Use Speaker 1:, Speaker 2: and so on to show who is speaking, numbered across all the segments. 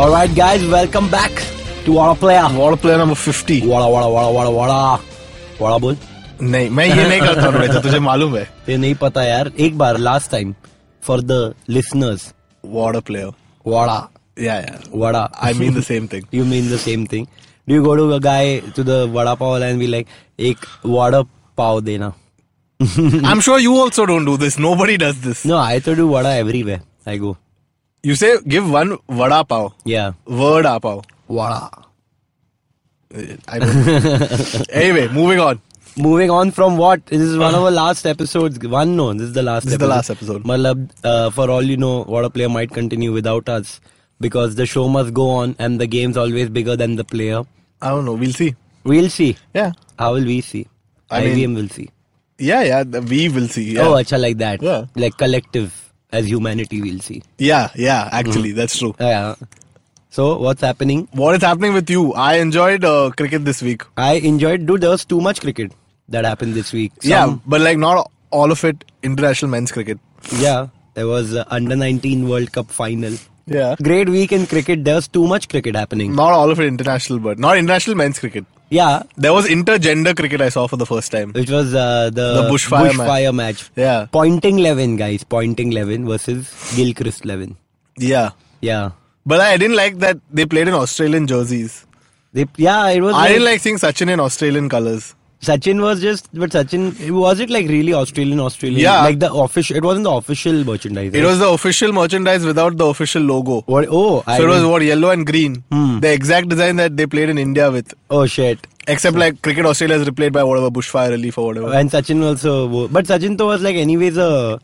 Speaker 1: All right, guys, welcome back to Wada Player.
Speaker 2: Wall player number fifty
Speaker 1: वाड़ा वाड़ा वाड़ा वाड़ा वाड़ा वाड़ा बोल
Speaker 2: नहीं मैं ये नहीं करता हूँ रोहित, तुझे मालूम है
Speaker 1: ये नहीं पता यार एक बार last time for the listeners
Speaker 2: ward player
Speaker 1: vada
Speaker 2: या या
Speaker 1: vada
Speaker 2: I mean the same thing
Speaker 1: You mean the same thing. Do you go to a guy to the vada pav and be like, "Ek vada pav dena"?
Speaker 2: I am sure you also don't do this nobody does this
Speaker 1: No, I have to do vada everywhere. I go,
Speaker 2: you say give one vada pav
Speaker 1: yeah,
Speaker 2: word ah pav
Speaker 1: vada.
Speaker 2: Anyway moving on
Speaker 1: Moving on from what? This is one of our last episodes. One no, this is the last.
Speaker 2: This is the last episode.
Speaker 1: Malab, uh, for all you know, vada player might continue without us because the show must go on and the game's always bigger than the player.
Speaker 2: I don't know we'll see
Speaker 1: We'll see.
Speaker 2: yeah
Speaker 1: How will we see?
Speaker 2: I mean-
Speaker 1: IBM will see.
Speaker 2: yeah yeah we will see yeah
Speaker 1: Oh, acha like that.
Speaker 2: Yeah.
Speaker 1: Like collective as humanity, we'll see. Oh,
Speaker 2: yeah yeah actually
Speaker 1: Hmm.
Speaker 2: that's true
Speaker 1: Yeah. So what's happening?
Speaker 2: what is happening with you? I enjoyed uh, cricket this week.
Speaker 1: I enjoyed. Dude, there was too much cricket that happened this week.
Speaker 2: yeah,
Speaker 1: Some-
Speaker 2: but like not all of it international men's cricket.
Speaker 1: Yeah. There was uh, under 19 World Cup final.
Speaker 2: Yeah.
Speaker 1: Great week in cricket. There was too much cricket happening.
Speaker 2: Not all of it international, but not international men's cricket.
Speaker 1: Yeah.
Speaker 2: There was intergender cricket I saw for the first time.
Speaker 1: Which was uh, the,
Speaker 2: The bushfire match.
Speaker 1: match.
Speaker 2: Yeah.
Speaker 1: Pointing Levin, guys. Pointing Levin versus Gilchrist Levin.
Speaker 2: Yeah.
Speaker 1: Yeah.
Speaker 2: But I didn't like that they played in Australian jerseys.
Speaker 1: They, yeah, it was.
Speaker 2: I didn't like seeing Sachin in Australian colours.
Speaker 1: Sachin was just, but Sachin was it like really Australian Australian?
Speaker 2: Yeah.
Speaker 1: like the official. It wasn't the official merchandise.
Speaker 2: It
Speaker 1: right?
Speaker 2: was the official merchandise without the official logo.
Speaker 1: what? Oh, I
Speaker 2: So it was
Speaker 1: didn't-
Speaker 2: what yellow and green.
Speaker 1: Hmm.
Speaker 2: The exact design that they played in India with.
Speaker 1: oh shit.
Speaker 2: Except like Cricket Australia is replaced by whatever bushfire relief or whatever.
Speaker 1: And Sachin also, wo- but Sachin though was like, anyways, uh,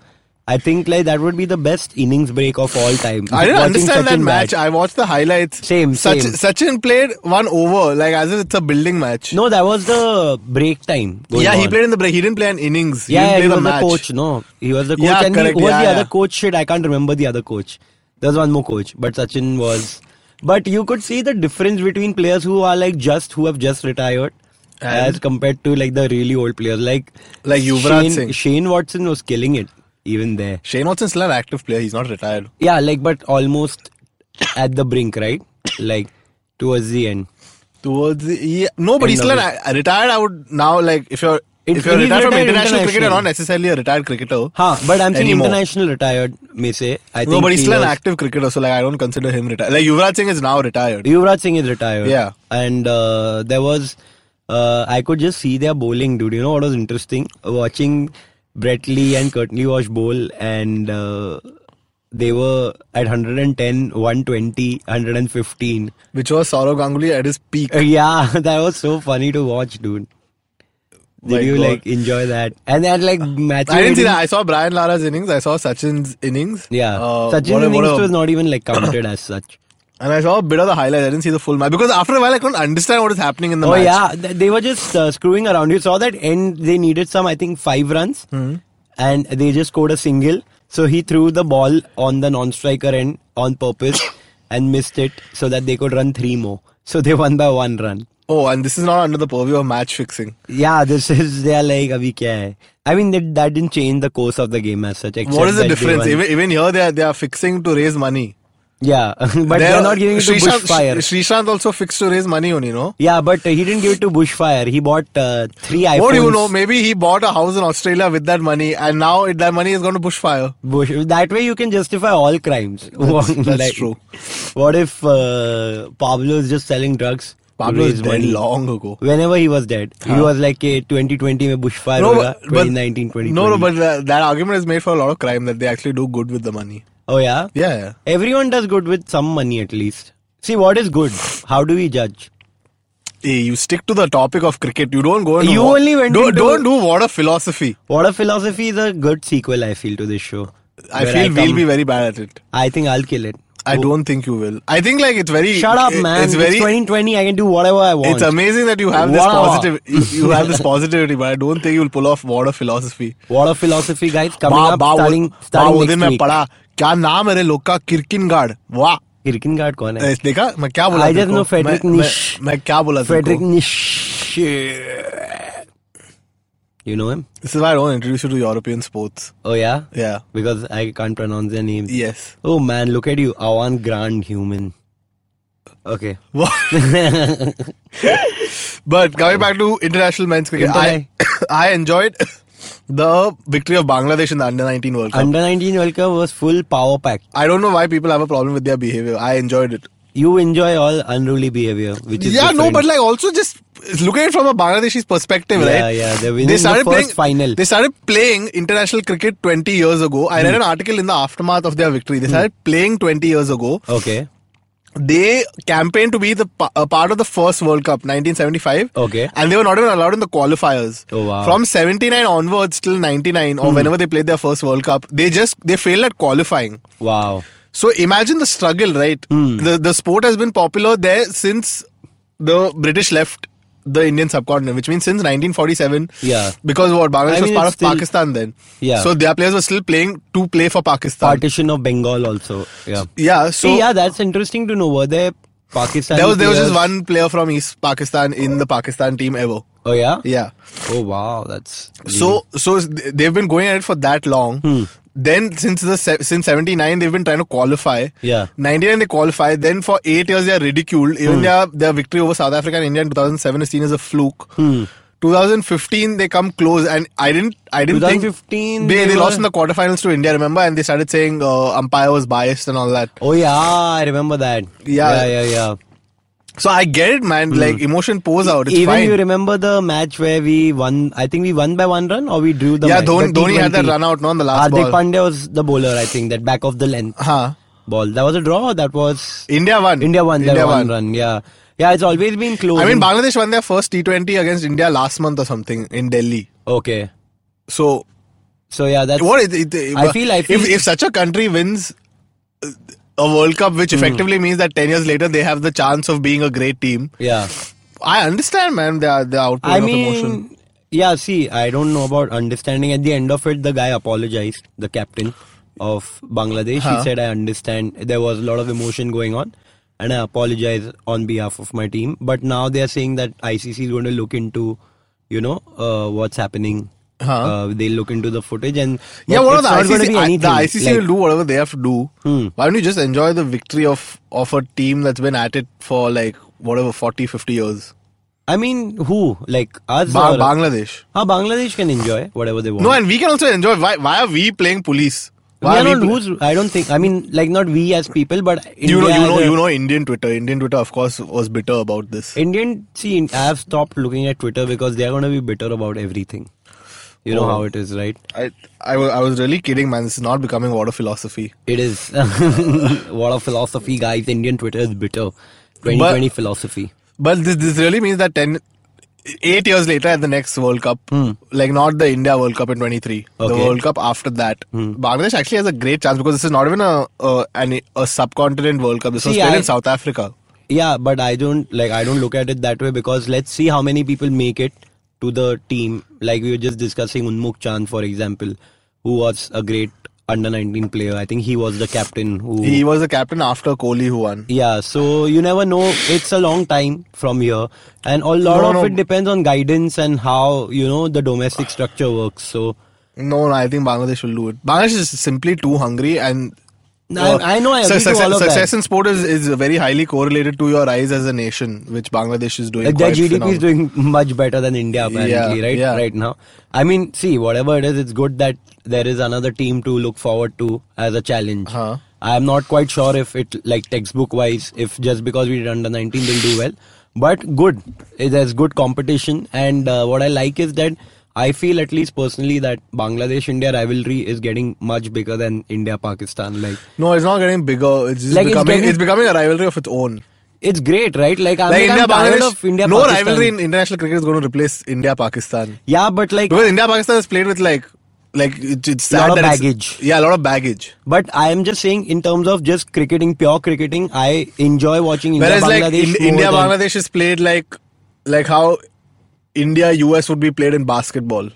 Speaker 1: I think like that would be the best innings break of all time.
Speaker 2: I
Speaker 1: Watching
Speaker 2: didn't understand that
Speaker 1: Sachin
Speaker 2: match.
Speaker 1: bat.
Speaker 2: I watched the highlights.
Speaker 1: Same,
Speaker 2: Sach-
Speaker 1: same.
Speaker 2: Sachin played one over, like as if it's a building match.
Speaker 1: No, that was the break time. Going
Speaker 2: yeah, he
Speaker 1: on.
Speaker 2: played in the break. He didn't play an innings. He
Speaker 1: Yeah,
Speaker 2: didn't
Speaker 1: yeah,
Speaker 2: play
Speaker 1: he
Speaker 2: the
Speaker 1: was
Speaker 2: match.
Speaker 1: the coach. No, he was the coach,
Speaker 2: Yeah,
Speaker 1: and he-
Speaker 2: correct,
Speaker 1: who was
Speaker 2: yeah,
Speaker 1: the
Speaker 2: yeah.
Speaker 1: other coach? Shit, I can't remember the other coach. There was one more coach, but Sachin was. But you could see the difference between players who are like just who have just retired.
Speaker 2: And?
Speaker 1: As compared to like the really old players, like
Speaker 2: Like Yuvraj
Speaker 1: Shane,
Speaker 2: Singh.
Speaker 1: Shane Watson was killing it even there.
Speaker 2: Shane Watson's still an active player. He's not retired.
Speaker 1: Yeah, like but almost at the brink, right? Like towards the end.
Speaker 2: Towards the, yeah, no, but he's
Speaker 1: End
Speaker 2: still
Speaker 1: of
Speaker 2: an, a- retired. I would now like if you're
Speaker 1: It-
Speaker 2: if you're
Speaker 1: he's
Speaker 2: retired from
Speaker 1: retired
Speaker 2: international cricket, you're
Speaker 1: international.
Speaker 2: not necessarily a retired cricketer.
Speaker 1: Huh, but I'm saying
Speaker 2: anymore.
Speaker 1: international retired may say. I think
Speaker 2: No, but he's
Speaker 1: he
Speaker 2: still an
Speaker 1: was-
Speaker 2: active cricketer, so like I don't consider him retired. Like Yuvraj Singh is now retired.
Speaker 1: Yuvraj Singh is retired.
Speaker 2: Yeah.
Speaker 1: And uh, there was, uh, I could just see their bowling, dude. You know what was interesting? Watching Brett Lee and Curtly Wash bowl, and uh, they were at 110, 120, 115.
Speaker 2: Which was Saurav Ganguly at his peak.
Speaker 1: Uh, yeah, that was so funny to watch, dude. Did
Speaker 2: My
Speaker 1: you
Speaker 2: God.
Speaker 1: like enjoy that? And then like match.
Speaker 2: I didn't see that. I saw Brian Lara's innings. I saw Sachin's innings.
Speaker 1: Yeah,
Speaker 2: Uh,
Speaker 1: Sachin
Speaker 2: what a-
Speaker 1: innings
Speaker 2: what a-
Speaker 1: was not even like counted as such.
Speaker 2: And I saw a bit of the highlights. I didn't see the full match because after a while I couldn't understand what is happening in the
Speaker 1: oh
Speaker 2: match.
Speaker 1: yeah, th- they were just uh, screwing around. You saw that end. They needed some, I think, five runs,
Speaker 2: Hmm.
Speaker 1: and they just scored a single. So he threw the ball on the non-striker end on purpose and missed it, so that they could run three more. So they won by one run.
Speaker 2: Oh, and this is not under the purview of match fixing.
Speaker 1: Yeah, this is they are like abhi kya hai? I mean that, that didn't change the course of the game as such. Except
Speaker 2: what is the
Speaker 1: that they
Speaker 2: difference?
Speaker 1: won.
Speaker 2: Even, even here they are they are fixing to raise money.
Speaker 1: Yeah, but they are not giving it to
Speaker 2: Srishant-
Speaker 1: bushfire.
Speaker 2: Sh- Srishant also fixed to raise money only, you know.
Speaker 1: yeah, but he didn't give it to bushfire. He bought uh, three iPhones.
Speaker 2: What do you know? Maybe he bought a house in Australia with that money, and now it, that money is going to bushfire.
Speaker 1: Bush. That way you can justify all crimes. That's,
Speaker 2: that's true.
Speaker 1: What if uh, Pablo is just selling drugs? to
Speaker 2: Pablo
Speaker 1: raise
Speaker 2: is dead
Speaker 1: money?
Speaker 2: long ago.
Speaker 1: Whenever he was dead, he
Speaker 2: Huh.
Speaker 1: was like, "Hey, 2020 में bushfire होगा, 2019, 2020."
Speaker 2: no, no, but that, that argument is made for a lot of crime that they actually do good with the money.
Speaker 1: oh yeah,
Speaker 2: Yeah, yeah.
Speaker 1: everyone does good with some money at least. See, what is good? How do we judge?
Speaker 2: Hey, you stick to the topic of cricket. You don't go. And
Speaker 1: You only went
Speaker 2: Don't,
Speaker 1: into-
Speaker 2: don't do water philosophy.
Speaker 1: What a philosophy is a good sequel. I feel to this show.
Speaker 2: I
Speaker 1: Where
Speaker 2: feel we'll
Speaker 1: come-
Speaker 2: be very bad at it.
Speaker 1: I think I'll kill it. Oh,
Speaker 2: I don't think you will. I think like it's very.
Speaker 1: Shut up,
Speaker 2: it-
Speaker 1: man!
Speaker 2: It's very.
Speaker 1: 2020. I can do whatever I want.
Speaker 2: It's amazing that you have this
Speaker 1: Wow.
Speaker 2: positive. You, you have this positivity, but I don't think you'll pull off water philosophy.
Speaker 1: What a philosophy, guys! Coming
Speaker 2: वाह,
Speaker 1: up,
Speaker 2: वाह, वो-
Speaker 1: starting,
Speaker 2: वाह,
Speaker 1: starting
Speaker 2: वो दिन
Speaker 1: next
Speaker 2: मैं
Speaker 1: week.
Speaker 2: पढ़ा क्या नाम है रे लोग का किरकिन गार्ड वाह
Speaker 1: किरकिन गार्ड कौन है
Speaker 2: ऐसे देखा मैं क्या बोला
Speaker 1: I just
Speaker 2: तुमको?
Speaker 1: know Frederick
Speaker 2: मैं-
Speaker 1: Nietzsche.
Speaker 2: मैं, मैं क्या बोला
Speaker 1: फ्रेडरिक
Speaker 2: तुमको?
Speaker 1: निश You know him?
Speaker 2: This is why I don't introduce you to European sports.
Speaker 1: Oh yeah,
Speaker 2: Yeah.
Speaker 1: because I can't pronounce their names.
Speaker 2: Yes.
Speaker 1: Oh man, look at you, Awan Grand Human. Okay.
Speaker 2: What? but coming back to international men's cricket, I, I enjoyed the victory of Bangladesh in the under 19 World Cup.
Speaker 1: Under 19 World Cup was full power packed.
Speaker 2: I don't know why people have a problem with their behavior. I enjoyed it.
Speaker 1: You enjoy all unruly behavior, which is
Speaker 2: yeah, no,
Speaker 1: different.
Speaker 2: but like also just look at it from a Bangladeshi's perspective,
Speaker 1: Yeah,
Speaker 2: right?
Speaker 1: yeah, they're winning the first
Speaker 2: playing,
Speaker 1: final.
Speaker 2: They started playing international cricket 20 years ago. I
Speaker 1: Hmm.
Speaker 2: read an article in the aftermath of their victory. They started playing 20 years ago.
Speaker 1: okay,
Speaker 2: They campaigned to be the pa- a part of the first World Cup, 1975.
Speaker 1: okay,
Speaker 2: And they were not even allowed in the qualifiers.
Speaker 1: Oh, wow. Hmm.
Speaker 2: From 79 onwards till 99 or whenever they played their first World Cup, they just they failed at qualifying.
Speaker 1: wow.
Speaker 2: So imagine the struggle, right?
Speaker 1: Hmm.
Speaker 2: The the sport has been popular there since the British left the Indian subcontinent, which means since 1947.
Speaker 1: Yeah.
Speaker 2: Because what Bangladesh
Speaker 1: I mean,
Speaker 2: was part
Speaker 1: it's
Speaker 2: of
Speaker 1: still-
Speaker 2: Pakistan then.
Speaker 1: Yeah.
Speaker 2: So their players were still playing to play for Pakistan.
Speaker 1: Partition of Bengal also. Yeah.
Speaker 2: yeah. So
Speaker 1: See, yeah, that's interesting to know. Were there Pakistan?
Speaker 2: there was there was just one player from East Pakistan in the Pakistan team ever.
Speaker 1: Oh yeah.
Speaker 2: Yeah.
Speaker 1: Oh wow, that's
Speaker 2: So so th- they've been going at it for that long.
Speaker 1: Hmm.
Speaker 2: Then since the se- since 79 they've been trying to qualify.
Speaker 1: Yeah. Hmm.
Speaker 2: 99 they qualify. Then for eight years they are ridiculed. Even their their victory over South Africa and India in 2007 is seen as a fluke.
Speaker 1: Hmm.
Speaker 2: 2015 they come close and I didn't I didn't think
Speaker 1: 2015
Speaker 2: they,
Speaker 1: they
Speaker 2: they lost
Speaker 1: were-
Speaker 2: in the quarterfinals to India remember and they started saying uh, umpire was biased and all that.
Speaker 1: Oh yeah, I remember that.
Speaker 2: Yeah.
Speaker 1: yeah, yeah. yeah.
Speaker 2: So I get it man like emotion pours out it's
Speaker 1: Hmm. Even
Speaker 2: Oh, fine.
Speaker 1: you remember the match where we won? I think we won by one run, or we drew the
Speaker 2: yeah,
Speaker 1: match.
Speaker 2: Dhoni,
Speaker 1: the
Speaker 2: Dhoni had that
Speaker 1: T20.
Speaker 2: run out no, on the last
Speaker 1: Hardik
Speaker 2: ball.
Speaker 1: Pandya was the bowler, I think, that back of the length
Speaker 2: Huh.
Speaker 1: ball. That was a draw. That was
Speaker 2: India won.
Speaker 1: India won.
Speaker 2: India
Speaker 1: that
Speaker 2: won.
Speaker 1: one run. Yeah, yeah. It's always been close.
Speaker 2: I mean, Bangladesh won their first T20 against India last month or something in Delhi.
Speaker 1: okay.
Speaker 2: So,
Speaker 1: So yeah, that's
Speaker 2: what is it? it-
Speaker 1: I feel- I feel-
Speaker 2: if, if such a country wins uh, a World Cup,
Speaker 1: Hmm.
Speaker 2: which effectively means that 10 years later they have the chance of being a great team,
Speaker 1: yeah.
Speaker 2: I understand, man, the, the outpouring
Speaker 1: I
Speaker 2: of
Speaker 1: mean,
Speaker 2: emotion.
Speaker 1: yeah. See, I don't know about understanding. At the end of it, the guy apologized. The captain of Bangladesh, he said, "I understand. There was a lot of emotion going on." And I apologize on behalf of my team. But now they are saying that ICC is going to look into, you know, uh, what's happening.
Speaker 2: Huh.
Speaker 1: Uh, they look into the footage and
Speaker 2: Yeah,
Speaker 1: but
Speaker 2: what are
Speaker 1: it's
Speaker 2: the
Speaker 1: not gonna be
Speaker 2: ICC? I- the
Speaker 1: anything.
Speaker 2: ICC
Speaker 1: Like-
Speaker 2: will do whatever they have to do.
Speaker 1: Hmm.
Speaker 2: Why don't you just enjoy the victory of, of a team that's been at it for like whatever 40, 50 years?
Speaker 1: I mean, who? Like us?
Speaker 2: Ba-
Speaker 1: or-
Speaker 2: Bangladesh.
Speaker 1: Ah, Bangladesh can enjoy whatever they want.
Speaker 2: No, and we can also enjoy. Why, why are we playing police?
Speaker 1: we
Speaker 2: Why
Speaker 1: are
Speaker 2: we
Speaker 1: not
Speaker 2: pl-
Speaker 1: who's. I don't think. I mean, like not we as people, but India
Speaker 2: you know, you
Speaker 1: as
Speaker 2: know,
Speaker 1: a-
Speaker 2: you know, Indian Twitter. Indian Twitter, of course, was bitter about this.
Speaker 1: Indian. See, I've stopped looking at Twitter because they're gonna be bitter about everything. You know
Speaker 2: Oh.
Speaker 1: how it is, right?
Speaker 2: I, I, wa- I was really kidding, man. This is not becoming water philosophy.
Speaker 1: It is. what a philosophy, guys. Indian Twitter is bitter. 2020 philosophy.
Speaker 2: But this, this really means that ten, eight years later at the next World Cup, like not the India World Cup in 23,
Speaker 1: Hmm.
Speaker 2: the
Speaker 1: Okay. Hmm.
Speaker 2: World Cup after that, Bangladesh actually has a great chance because this is not even a a, an, a subcontinent World Cup. This was
Speaker 1: See,
Speaker 2: played
Speaker 1: I-
Speaker 2: in South Africa.
Speaker 1: Yeah, but I don't like. I don't look at it that way because let's see how many people make it to the team. Like we were just discussing Unmukh Chand, for example, who was a great under 19 player. I think he was the captain who
Speaker 2: He was the captain after Kohli who won.
Speaker 1: Yeah, so you never know. It's a long time from here, and a lot
Speaker 2: No,
Speaker 1: of
Speaker 2: no.
Speaker 1: it depends on guidance and how you know the domestic structure works. So
Speaker 2: No, no, I think Bangladesh will do it. Bangladesh is simply too hungry and. uh,
Speaker 1: No, I- I know, I agree to
Speaker 2: success,
Speaker 1: all of that.
Speaker 2: success in sport is, is very highly correlated to your rise as a nation, which Bangladesh is doing.
Speaker 1: like Uh, their
Speaker 2: quite
Speaker 1: GDP is
Speaker 2: phenomenal.
Speaker 1: doing much better than India apparently,
Speaker 2: Yeah,
Speaker 1: right?
Speaker 2: yeah.
Speaker 1: Right now, I mean, see, whatever it is, it's good that there is another team to look forward to as a challenge.
Speaker 2: Huh.
Speaker 1: I am not quite sure if it like textbook wise, if just because we did under 19 they'll do well, but good. Eh, There's good competition, and uh, what I like is that I feel at least personally that Bangladesh India rivalry is getting much bigger than India Pakistan. Like
Speaker 2: No, it's not getting bigger. It's just
Speaker 1: Like, it's
Speaker 2: becoming it's,
Speaker 1: getting-
Speaker 2: becoming a rivalry of its own.
Speaker 1: it's great, right? Like I'm,
Speaker 2: Like
Speaker 1: like,
Speaker 2: India
Speaker 1: I'm tired
Speaker 2: Bangladesh,
Speaker 1: of India
Speaker 2: no
Speaker 1: Pakistan.
Speaker 2: rivalry in international cricket is going to replace India Pakistan
Speaker 1: yeah, but like
Speaker 2: because India Pakistan is played with like like it, it's sad
Speaker 1: Lot of
Speaker 2: that it's-
Speaker 1: baggage.
Speaker 2: yeah, a lot of baggage.
Speaker 1: But I am just saying, in terms of just cricketing, pure cricketing, I enjoy watching India
Speaker 2: Whereas like
Speaker 1: Bangladesh.
Speaker 2: in,
Speaker 1: more
Speaker 2: India
Speaker 1: than-
Speaker 2: Bangladesh is played like like how India US would be played in basketball.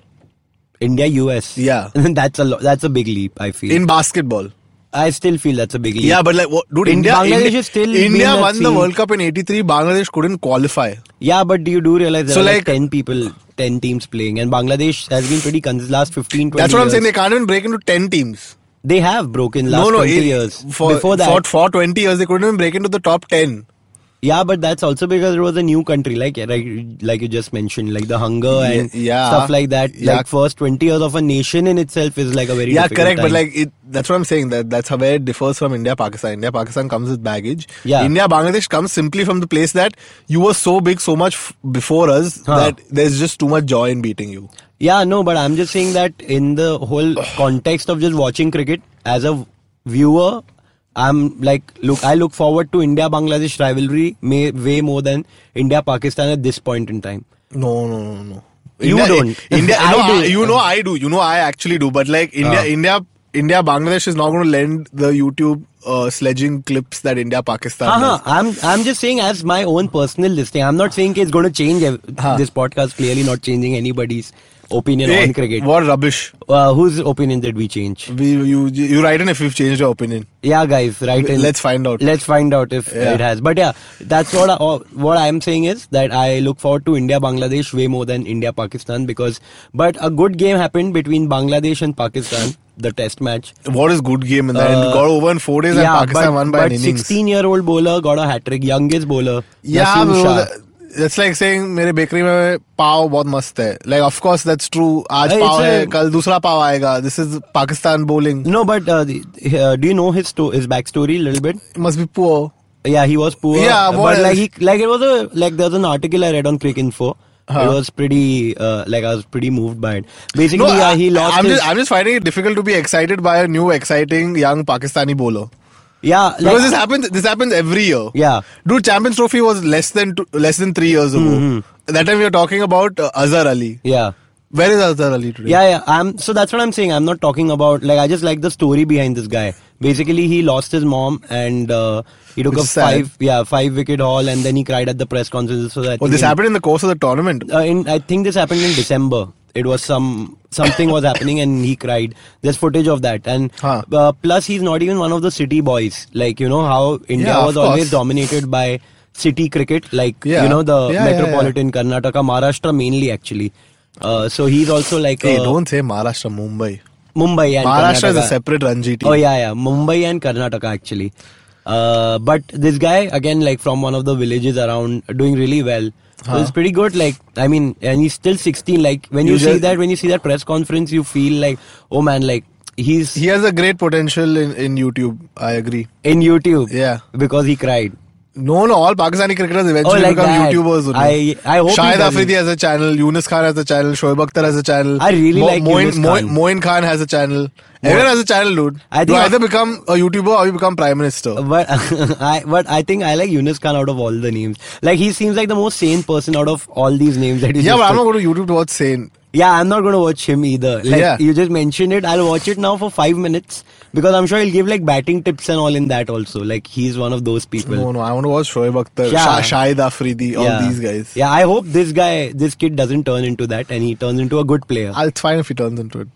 Speaker 1: India, US.
Speaker 2: Yeah.
Speaker 1: that's a lo- that's a big leap. I feel.
Speaker 2: In basketball.
Speaker 1: I still feel that's a big leap.
Speaker 2: Yeah, but like, what, dude,
Speaker 1: In-
Speaker 2: India,
Speaker 1: Bangladesh
Speaker 2: India,
Speaker 1: is still being
Speaker 2: India
Speaker 1: that
Speaker 2: won the
Speaker 1: scene.
Speaker 2: World Cup in '83. Bangladesh couldn't qualify.
Speaker 1: Yeah, but do you do realize there
Speaker 2: So
Speaker 1: are like,
Speaker 2: like-
Speaker 1: 10 people, 10 teams playing, and Bangladesh has been pretty consistent last 15, 20
Speaker 2: That's what I'm
Speaker 1: years.
Speaker 2: saying. They can't even break into ten teams.
Speaker 1: They have broken last
Speaker 2: no, no,
Speaker 1: 20
Speaker 2: it-
Speaker 1: years.
Speaker 2: For,
Speaker 1: Before that,
Speaker 2: for, for 20 years, they couldn't even break into the top 10.
Speaker 1: yeah, but that's also because it was a new country, like like, like you just mentioned, like the hunger and
Speaker 2: Yeah, yeah.
Speaker 1: stuff like that.
Speaker 2: Yeah.
Speaker 1: Like first 20 years of a nation in itself is like a very
Speaker 2: yeah,
Speaker 1: difficult
Speaker 2: correct. But
Speaker 1: time.
Speaker 2: like, it, that's what I'm saying. That that's how where it differs from India, Pakistan. India, Pakistan comes with baggage.
Speaker 1: Yeah.
Speaker 2: India, Bangladesh comes simply from the place that you were so big, so much f- before us
Speaker 1: Huh.
Speaker 2: that there's just too much joy in beating you.
Speaker 1: Yeah, no, but I'm just saying that in the whole context of just watching cricket as a viewer, I'm like, look, I look forward to India Bangladesh rivalry may, way more than India Pakistan at this point in time.
Speaker 2: No, no, no, no.
Speaker 1: You
Speaker 2: India,
Speaker 1: don't.
Speaker 2: India,
Speaker 1: I
Speaker 2: no,
Speaker 1: do.
Speaker 2: I- you know, I do. You know, I actually do. But like India,
Speaker 1: Ah.
Speaker 2: India, India, Bangladesh is not going to lend the YouTube uh, sledging clips that India, Pakistan.
Speaker 1: Uh-huh.
Speaker 2: does.
Speaker 1: I'm I'm just saying as my own personal listing. I'm not saying it's going to change ev-
Speaker 2: Huh.
Speaker 1: this podcast. Clearly, not changing anybody's opinion
Speaker 2: Hey,
Speaker 1: on cricket.
Speaker 2: What rubbish.
Speaker 1: Uh, whose opinion did we change?
Speaker 2: We, you, you write in if you've changed your opinion.
Speaker 1: Yeah, guys, right. In,
Speaker 2: Let's find out.
Speaker 1: Let's find out if
Speaker 2: Yeah.
Speaker 1: it has. But yeah, that's what I, or- what I'm saying is that I look forward to India Bangladesh way more than India Pakistan because. But a good game happened between Bangladesh and Pakistan, the Test match.
Speaker 2: What is good game in that?
Speaker 1: Uh,
Speaker 2: and got over in four days and Pakistan
Speaker 1: but,
Speaker 2: won by
Speaker 1: but
Speaker 2: an innings.
Speaker 1: 16 year old bowler got a hat trick, youngest bowler.
Speaker 2: yeah,
Speaker 1: Naseem
Speaker 2: bro,
Speaker 1: Shah.
Speaker 2: that- that's like saying मेरे bakery में पाव बहुत मस्त है. Like of course that's true. आज
Speaker 1: Hey,
Speaker 2: pav
Speaker 1: it's
Speaker 2: है,
Speaker 1: a-
Speaker 2: कल दूसरा पाव आएगा. This is Pakistan bowling.
Speaker 1: No, but uh, the, uh, do you know his sto- his backstory a little bit?
Speaker 2: Must be poor.
Speaker 1: Yeah, he was poor.
Speaker 2: Yeah, what
Speaker 1: but like
Speaker 2: else?
Speaker 1: he like it was a like there was an article I read on Quick Info.
Speaker 2: Huh.
Speaker 1: It was pretty uh, like I was pretty moved by it. Basically,
Speaker 2: No,
Speaker 1: yeah,
Speaker 2: I-
Speaker 1: he lost.
Speaker 2: I'm
Speaker 1: his,
Speaker 2: just I'm just finding it difficult to be excited by a new exciting young Pakistani bowler
Speaker 1: yeah, like,
Speaker 2: because this happens this happens every year.
Speaker 1: Yeah.
Speaker 2: dude, Champions Trophy was less than two, less than three years ago. That time we were talking about uh, Azhar Ali.
Speaker 1: yeah.
Speaker 2: Where is Azhar Ali today?
Speaker 1: Yeah, yeah. I'm so that's what I'm saying. I'm not talking about like I just like the story behind this guy. Basically, he lost his mom and uh, he took
Speaker 2: Which
Speaker 1: a
Speaker 2: is sad.
Speaker 1: five yeah five wicket haul and then he cried at the press conference. So that
Speaker 2: Well, Oh, this happened in the course of the tournament.
Speaker 1: uh, in I think this happened in December. It was some something was happening and he cried. There's footage of that, and
Speaker 2: Huh.
Speaker 1: uh, plus he's not even one of the city boys. Like you know how India
Speaker 2: Yeah, of
Speaker 1: was always
Speaker 2: course.
Speaker 1: dominated by city cricket, like
Speaker 2: Yeah.
Speaker 1: you know the
Speaker 2: Yeah, yeah, yeah.
Speaker 1: metropolitan Karnataka, Maharashtra mainly actually. Uh, so he's also like
Speaker 2: Hey,
Speaker 1: uh,
Speaker 2: don't say Maharashtra, Mumbai.
Speaker 1: Mumbai and
Speaker 2: Maharashtra is a
Speaker 1: Karnataka.
Speaker 2: separate Ranji team.
Speaker 1: Oh yeah, yeah, Mumbai and Karnataka actually. Uh, but this guy again, like from one of the villages around, doing really well. So it's pretty good. Like I mean, and he's still 16. Like when you,
Speaker 2: You
Speaker 1: see
Speaker 2: just-
Speaker 1: that, when you see that press conference, you feel like, oh man, like he's
Speaker 2: He has a great potential in, in YouTube. I agree.
Speaker 1: in YouTube.
Speaker 2: Yeah.
Speaker 1: because he cried.
Speaker 2: No, no, all Pakistani cricketers eventually
Speaker 1: Oh, like
Speaker 2: become
Speaker 1: that.
Speaker 2: YouTubers.
Speaker 1: I-
Speaker 2: Only.
Speaker 1: I hope he
Speaker 2: Shahid
Speaker 1: doesn't.
Speaker 2: Afridi has a channel, Yunus Khan has a channel, Shoaib Akhtar has a channel.
Speaker 1: I really like
Speaker 2: Moin,
Speaker 1: Yunus
Speaker 2: Moin,
Speaker 1: Khan.
Speaker 2: Moin Khan has a channel. Everyone has a channel, dude.
Speaker 1: I think
Speaker 2: you
Speaker 1: I- Oh,
Speaker 2: either become a YouTuber or you become Prime Minister.
Speaker 1: But I but I think I like Yunus Khan out of all the names. Like he seems like the most sane person out of all these names that you
Speaker 2: Yeah,
Speaker 1: just
Speaker 2: but I'm
Speaker 1: took.
Speaker 2: not going to YouTube to watch Sane.
Speaker 1: Yeah, I'm not gonna watch him either. Like
Speaker 2: Yeah.
Speaker 1: you just mentioned it, I'll watch it now for five minutes because I'm sure he'll give like batting tips and all in that also. Like he's one of those people.
Speaker 2: No, no, I want to watch Shoaib Akhtar,
Speaker 1: Yeah.
Speaker 2: Shah, Shahid Afridi, all
Speaker 1: yeah.
Speaker 2: these guys.
Speaker 1: Yeah, I hope this guy, this kid, doesn't turn into that and he turns into a good player.
Speaker 2: I'll it's fine if he turns into it.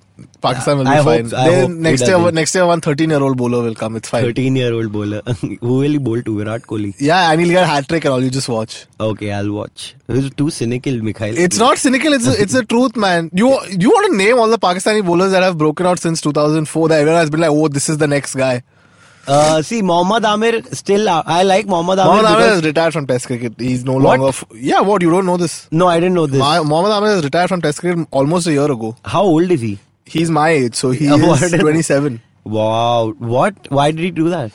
Speaker 2: Pakistan will be
Speaker 1: I hope-
Speaker 2: fine.
Speaker 1: I
Speaker 2: They-
Speaker 1: hope he
Speaker 2: next year,
Speaker 1: doesn't.
Speaker 2: next year, one 13 year old bowler will come. It's fine.
Speaker 1: Thirteen-year-old bowler who will he bowl to? Virat Kohli.
Speaker 2: Yeah, and he'll get a hat trick and all. You just watch.
Speaker 1: Okay, I'll watch. He's too cynical, Mikhail.
Speaker 2: It's not cynical. It's a, it's the truth, man. You you want to name all the Pakistani bowlers that have broken out since 2004? That everyone has been like, oh, this is the next guy.
Speaker 1: Uh, see, Mohammad Amir still. uh, I like Mohammad Amir.
Speaker 2: Mohammad Amir
Speaker 1: because-
Speaker 2: has retired from Test cricket. He's no
Speaker 1: What?
Speaker 2: longer. F- yeah, what you don't know this?
Speaker 1: No, I didn't know this.
Speaker 2: Ma- Mohammad Amir has retired from Test cricket almost a year ago.
Speaker 1: How old is he?
Speaker 2: He's my age, so he
Speaker 1: What
Speaker 2: is
Speaker 1: is-
Speaker 2: 27.
Speaker 1: Wow. What? Why did he do that?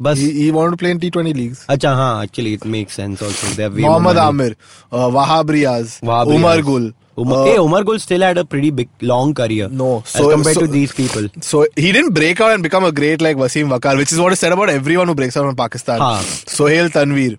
Speaker 1: Bas.
Speaker 2: He, he wanted to play in T20 leagues.
Speaker 1: अच्छा हाँ actually it makes sense also they have way more
Speaker 2: Mohammad
Speaker 1: money.
Speaker 2: Amir, uh, Wahab Riaz,
Speaker 1: Wahab
Speaker 2: Umar
Speaker 1: Riaz.
Speaker 2: Gul.
Speaker 1: Umar,
Speaker 2: uh,
Speaker 1: hey, Umar Gul still had a pretty big long career
Speaker 2: No,
Speaker 1: as
Speaker 2: so-
Speaker 1: compared
Speaker 2: so-
Speaker 1: to these people
Speaker 2: So he didn't break out and become a great like Wasim Wakar, which is what is said about everyone who breaks out from Pakistan.
Speaker 1: हाँ.
Speaker 2: Sohail Tanvir,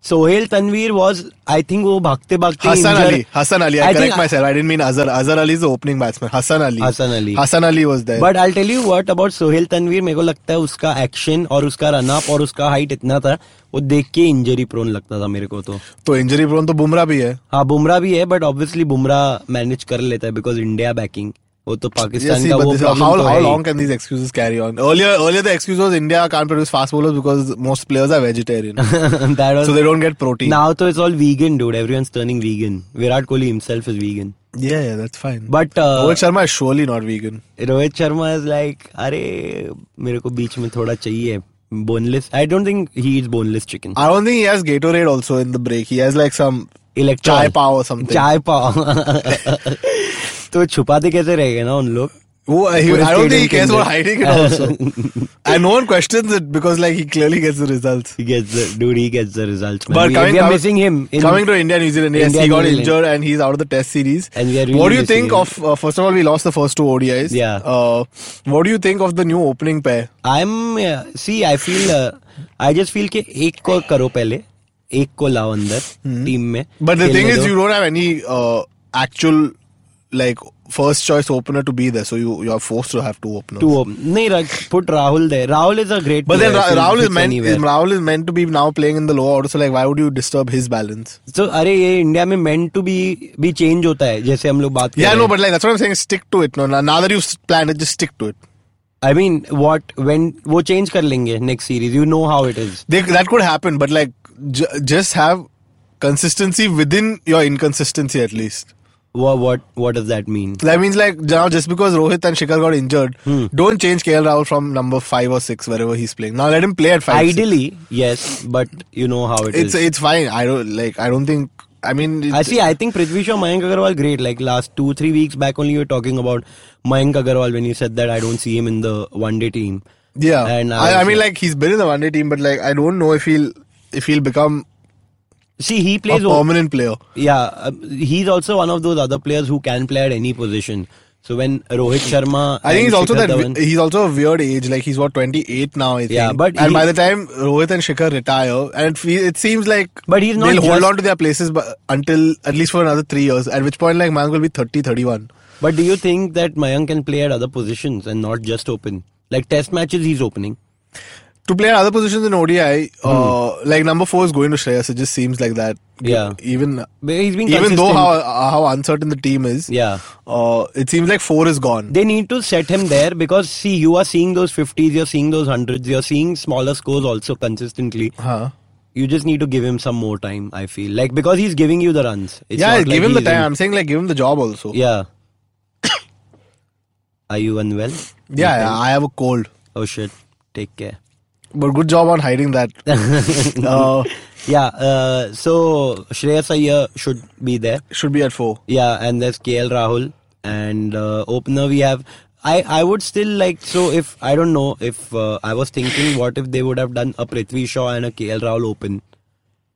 Speaker 1: Sohail Tanvir was I think वो भागते भागते
Speaker 2: Hassan
Speaker 1: injured-
Speaker 2: Ali, Hassan Ali. I,
Speaker 1: I
Speaker 2: correct
Speaker 1: think-
Speaker 2: myself. I didn't mean Azhar. Azhar Ali is the opening batsman. Hassan Ali.
Speaker 1: Hassan Ali.
Speaker 2: Hassan Ali was there.
Speaker 1: But I'll tell you what about Sohail Tanvir मेरे को लगता है उसका action और उसका run up और उसका height इतना था वो देख के इंजरी प्रोन लगता था मेरे को तो
Speaker 2: तो इंजरी प्रोन तो बुमराह भी है.
Speaker 1: हाँ बुमराह भी है बट ऑब्वियसली बुमराह मैनेज कर लेता है बिकॉज इंडिया बैकिंग वो तो
Speaker 2: Yeah,
Speaker 1: पाकिस्तान
Speaker 2: see,
Speaker 1: का
Speaker 2: but
Speaker 1: वो
Speaker 2: this, how,
Speaker 1: problem तो
Speaker 2: how
Speaker 1: है
Speaker 2: long can these excuses carry on? Earlier, earlier the excuse was India can't produce fast bowlers because most players are vegetarian,
Speaker 1: long? that was
Speaker 2: so they don't get protein.
Speaker 1: now. So it's all vegan, dude. Everyone's turning vegan. Virat Kohli himself is vegan,
Speaker 2: Yeah, yeah, that's fine.
Speaker 1: but uh,
Speaker 2: Rohit Sharma is surely not vegan.
Speaker 1: Rohit Sharma is like अरे मेरे को बीच में थोड़ा चाहिए boneless I don't think he is boneless chicken
Speaker 2: I don't think he has Gatorade also in the break. He has like some
Speaker 1: electron
Speaker 2: chai pao or something.
Speaker 1: Chai पाव तो छुपाते कैसे रहेगा ना उन लोग
Speaker 2: Who- uh, he-
Speaker 1: पूरे
Speaker 2: I don't think he
Speaker 1: stadium के
Speaker 2: cares about
Speaker 1: अंदर।
Speaker 2: hiding it also. and no one questions it because like he clearly gets the results.
Speaker 1: He gets the dude. He gets the results. Man.
Speaker 2: But
Speaker 1: we,
Speaker 2: coming,
Speaker 1: we are
Speaker 2: coming-
Speaker 1: missing him. In,
Speaker 2: coming to India, New Zealand, yes,
Speaker 1: India,
Speaker 2: he
Speaker 1: New
Speaker 2: got
Speaker 1: Zealand.
Speaker 2: injured and he's out of the Test series.
Speaker 1: And we are
Speaker 2: what
Speaker 1: really
Speaker 2: do you think
Speaker 1: missing
Speaker 2: of? Uh, first of all, we lost the first two ODIs.
Speaker 1: Yeah.
Speaker 2: Uh, what do you think of the new opening pair?
Speaker 1: I'm uh, see. I feel. Uh, I just feel कि एक को करो पहले, एक को लाओ अंदर team में.
Speaker 2: हम्म। But the
Speaker 1: खेलने
Speaker 2: thing is,
Speaker 1: दो.
Speaker 2: you don't have any uh, actual like first choice opener to be there, so you you are forced to have two openers.
Speaker 1: two of नहीं रख put Rahul there. Rahul is a great.
Speaker 2: But then
Speaker 1: player.
Speaker 2: Ra-
Speaker 1: He'll
Speaker 2: Rahul is
Speaker 1: fit
Speaker 2: meant
Speaker 1: anywhere.
Speaker 2: is, Rahul is meant to be now playing in the lower order. So like, why would you disturb his balance?
Speaker 1: So अरे ये India में meant to be भी change होता है जैसे हम लोग बात कर
Speaker 2: Yeah,
Speaker 1: रहे
Speaker 2: no,
Speaker 1: हैं.
Speaker 2: but like that's what I'm saying. Stick to it. No, now- now that you've s- planned it, just stick to it.
Speaker 1: I mean what when वो change कर लेंगे next series. You know how it is.
Speaker 2: They, that could happen, but like, j- just have consistency within your inconsistency at least.
Speaker 1: What what what does that mean?
Speaker 2: That means like now, just because Rohit and Shikhar got injured,
Speaker 1: Hmm.
Speaker 2: don't change KL Rahul from number five or six wherever he's playing. Now let him play at five. six.
Speaker 1: Ideally yes, but you know how it
Speaker 2: It's
Speaker 1: is.
Speaker 2: it's fine. I don't like. I don't think. I mean, it-
Speaker 1: I see. I think Prithvi Shaw, Mayank Agarwal, great. Like last two, three weeks back only, you were talking about Mayank Agarwal when you said that I don't see him in the one day team.
Speaker 2: Yeah,
Speaker 1: And I
Speaker 2: I, I
Speaker 1: also-
Speaker 2: mean, like he's been in the one day team, but like I don't know if he'll if he'll become
Speaker 1: See, he
Speaker 2: a
Speaker 1: plays. o-
Speaker 2: permanent player.
Speaker 1: yeah, uh, he's also one of those other players who can play at any position. So when Rohit Sharma,
Speaker 2: I
Speaker 1: and
Speaker 2: think he's also
Speaker 1: Shikhar
Speaker 2: that
Speaker 1: Dhawan-
Speaker 2: wi- he's also a weird age. Like he's what twenty eight now. I think.
Speaker 1: Yeah, but
Speaker 2: and
Speaker 1: he-
Speaker 2: by the time Rohit and Shikhar retire, and it, fe- it seems like
Speaker 1: But he's not
Speaker 2: they'll hold
Speaker 1: just-
Speaker 2: on to their places, but until at least for another three years. At which point, like Mayank will be 30, 31.
Speaker 1: But do you think that Mayank can play at other positions and not just open? Like test matches, he's opening.
Speaker 2: To play at other positions in ODI, uh, like number four is going to Shreyas. It just seems like that.
Speaker 1: Hmm. Yeah.
Speaker 2: Even
Speaker 1: But He's been
Speaker 2: even though
Speaker 1: consistent.
Speaker 2: how how uncertain the team is,
Speaker 1: yeah.
Speaker 2: uh, it seems like four is gone.
Speaker 1: they need to set him there because see you are seeing those 50s you're seeing those 100s you're seeing smaller scores also consistently
Speaker 2: Huh.
Speaker 1: you just need to give him some more time i feel like because he's giving you the runs It's
Speaker 2: yeah,
Speaker 1: not
Speaker 2: give
Speaker 1: like
Speaker 2: him the
Speaker 1: he's in-
Speaker 2: time. I'm saying like give him the job also. Yeah,
Speaker 1: yeah are you unwell
Speaker 2: yeah, I have a cold,
Speaker 1: oh shit take care
Speaker 2: but good job on hiding that. uh,
Speaker 1: yeah uh, so shreyas Iyer should be there
Speaker 2: should be at four.
Speaker 1: Yeah, and there's KL Rahul and uh, opener we have. I I would still like so if I don't know if uh, I was thinking what if they would have done a Prithvi Shaw and a KL Rahul open.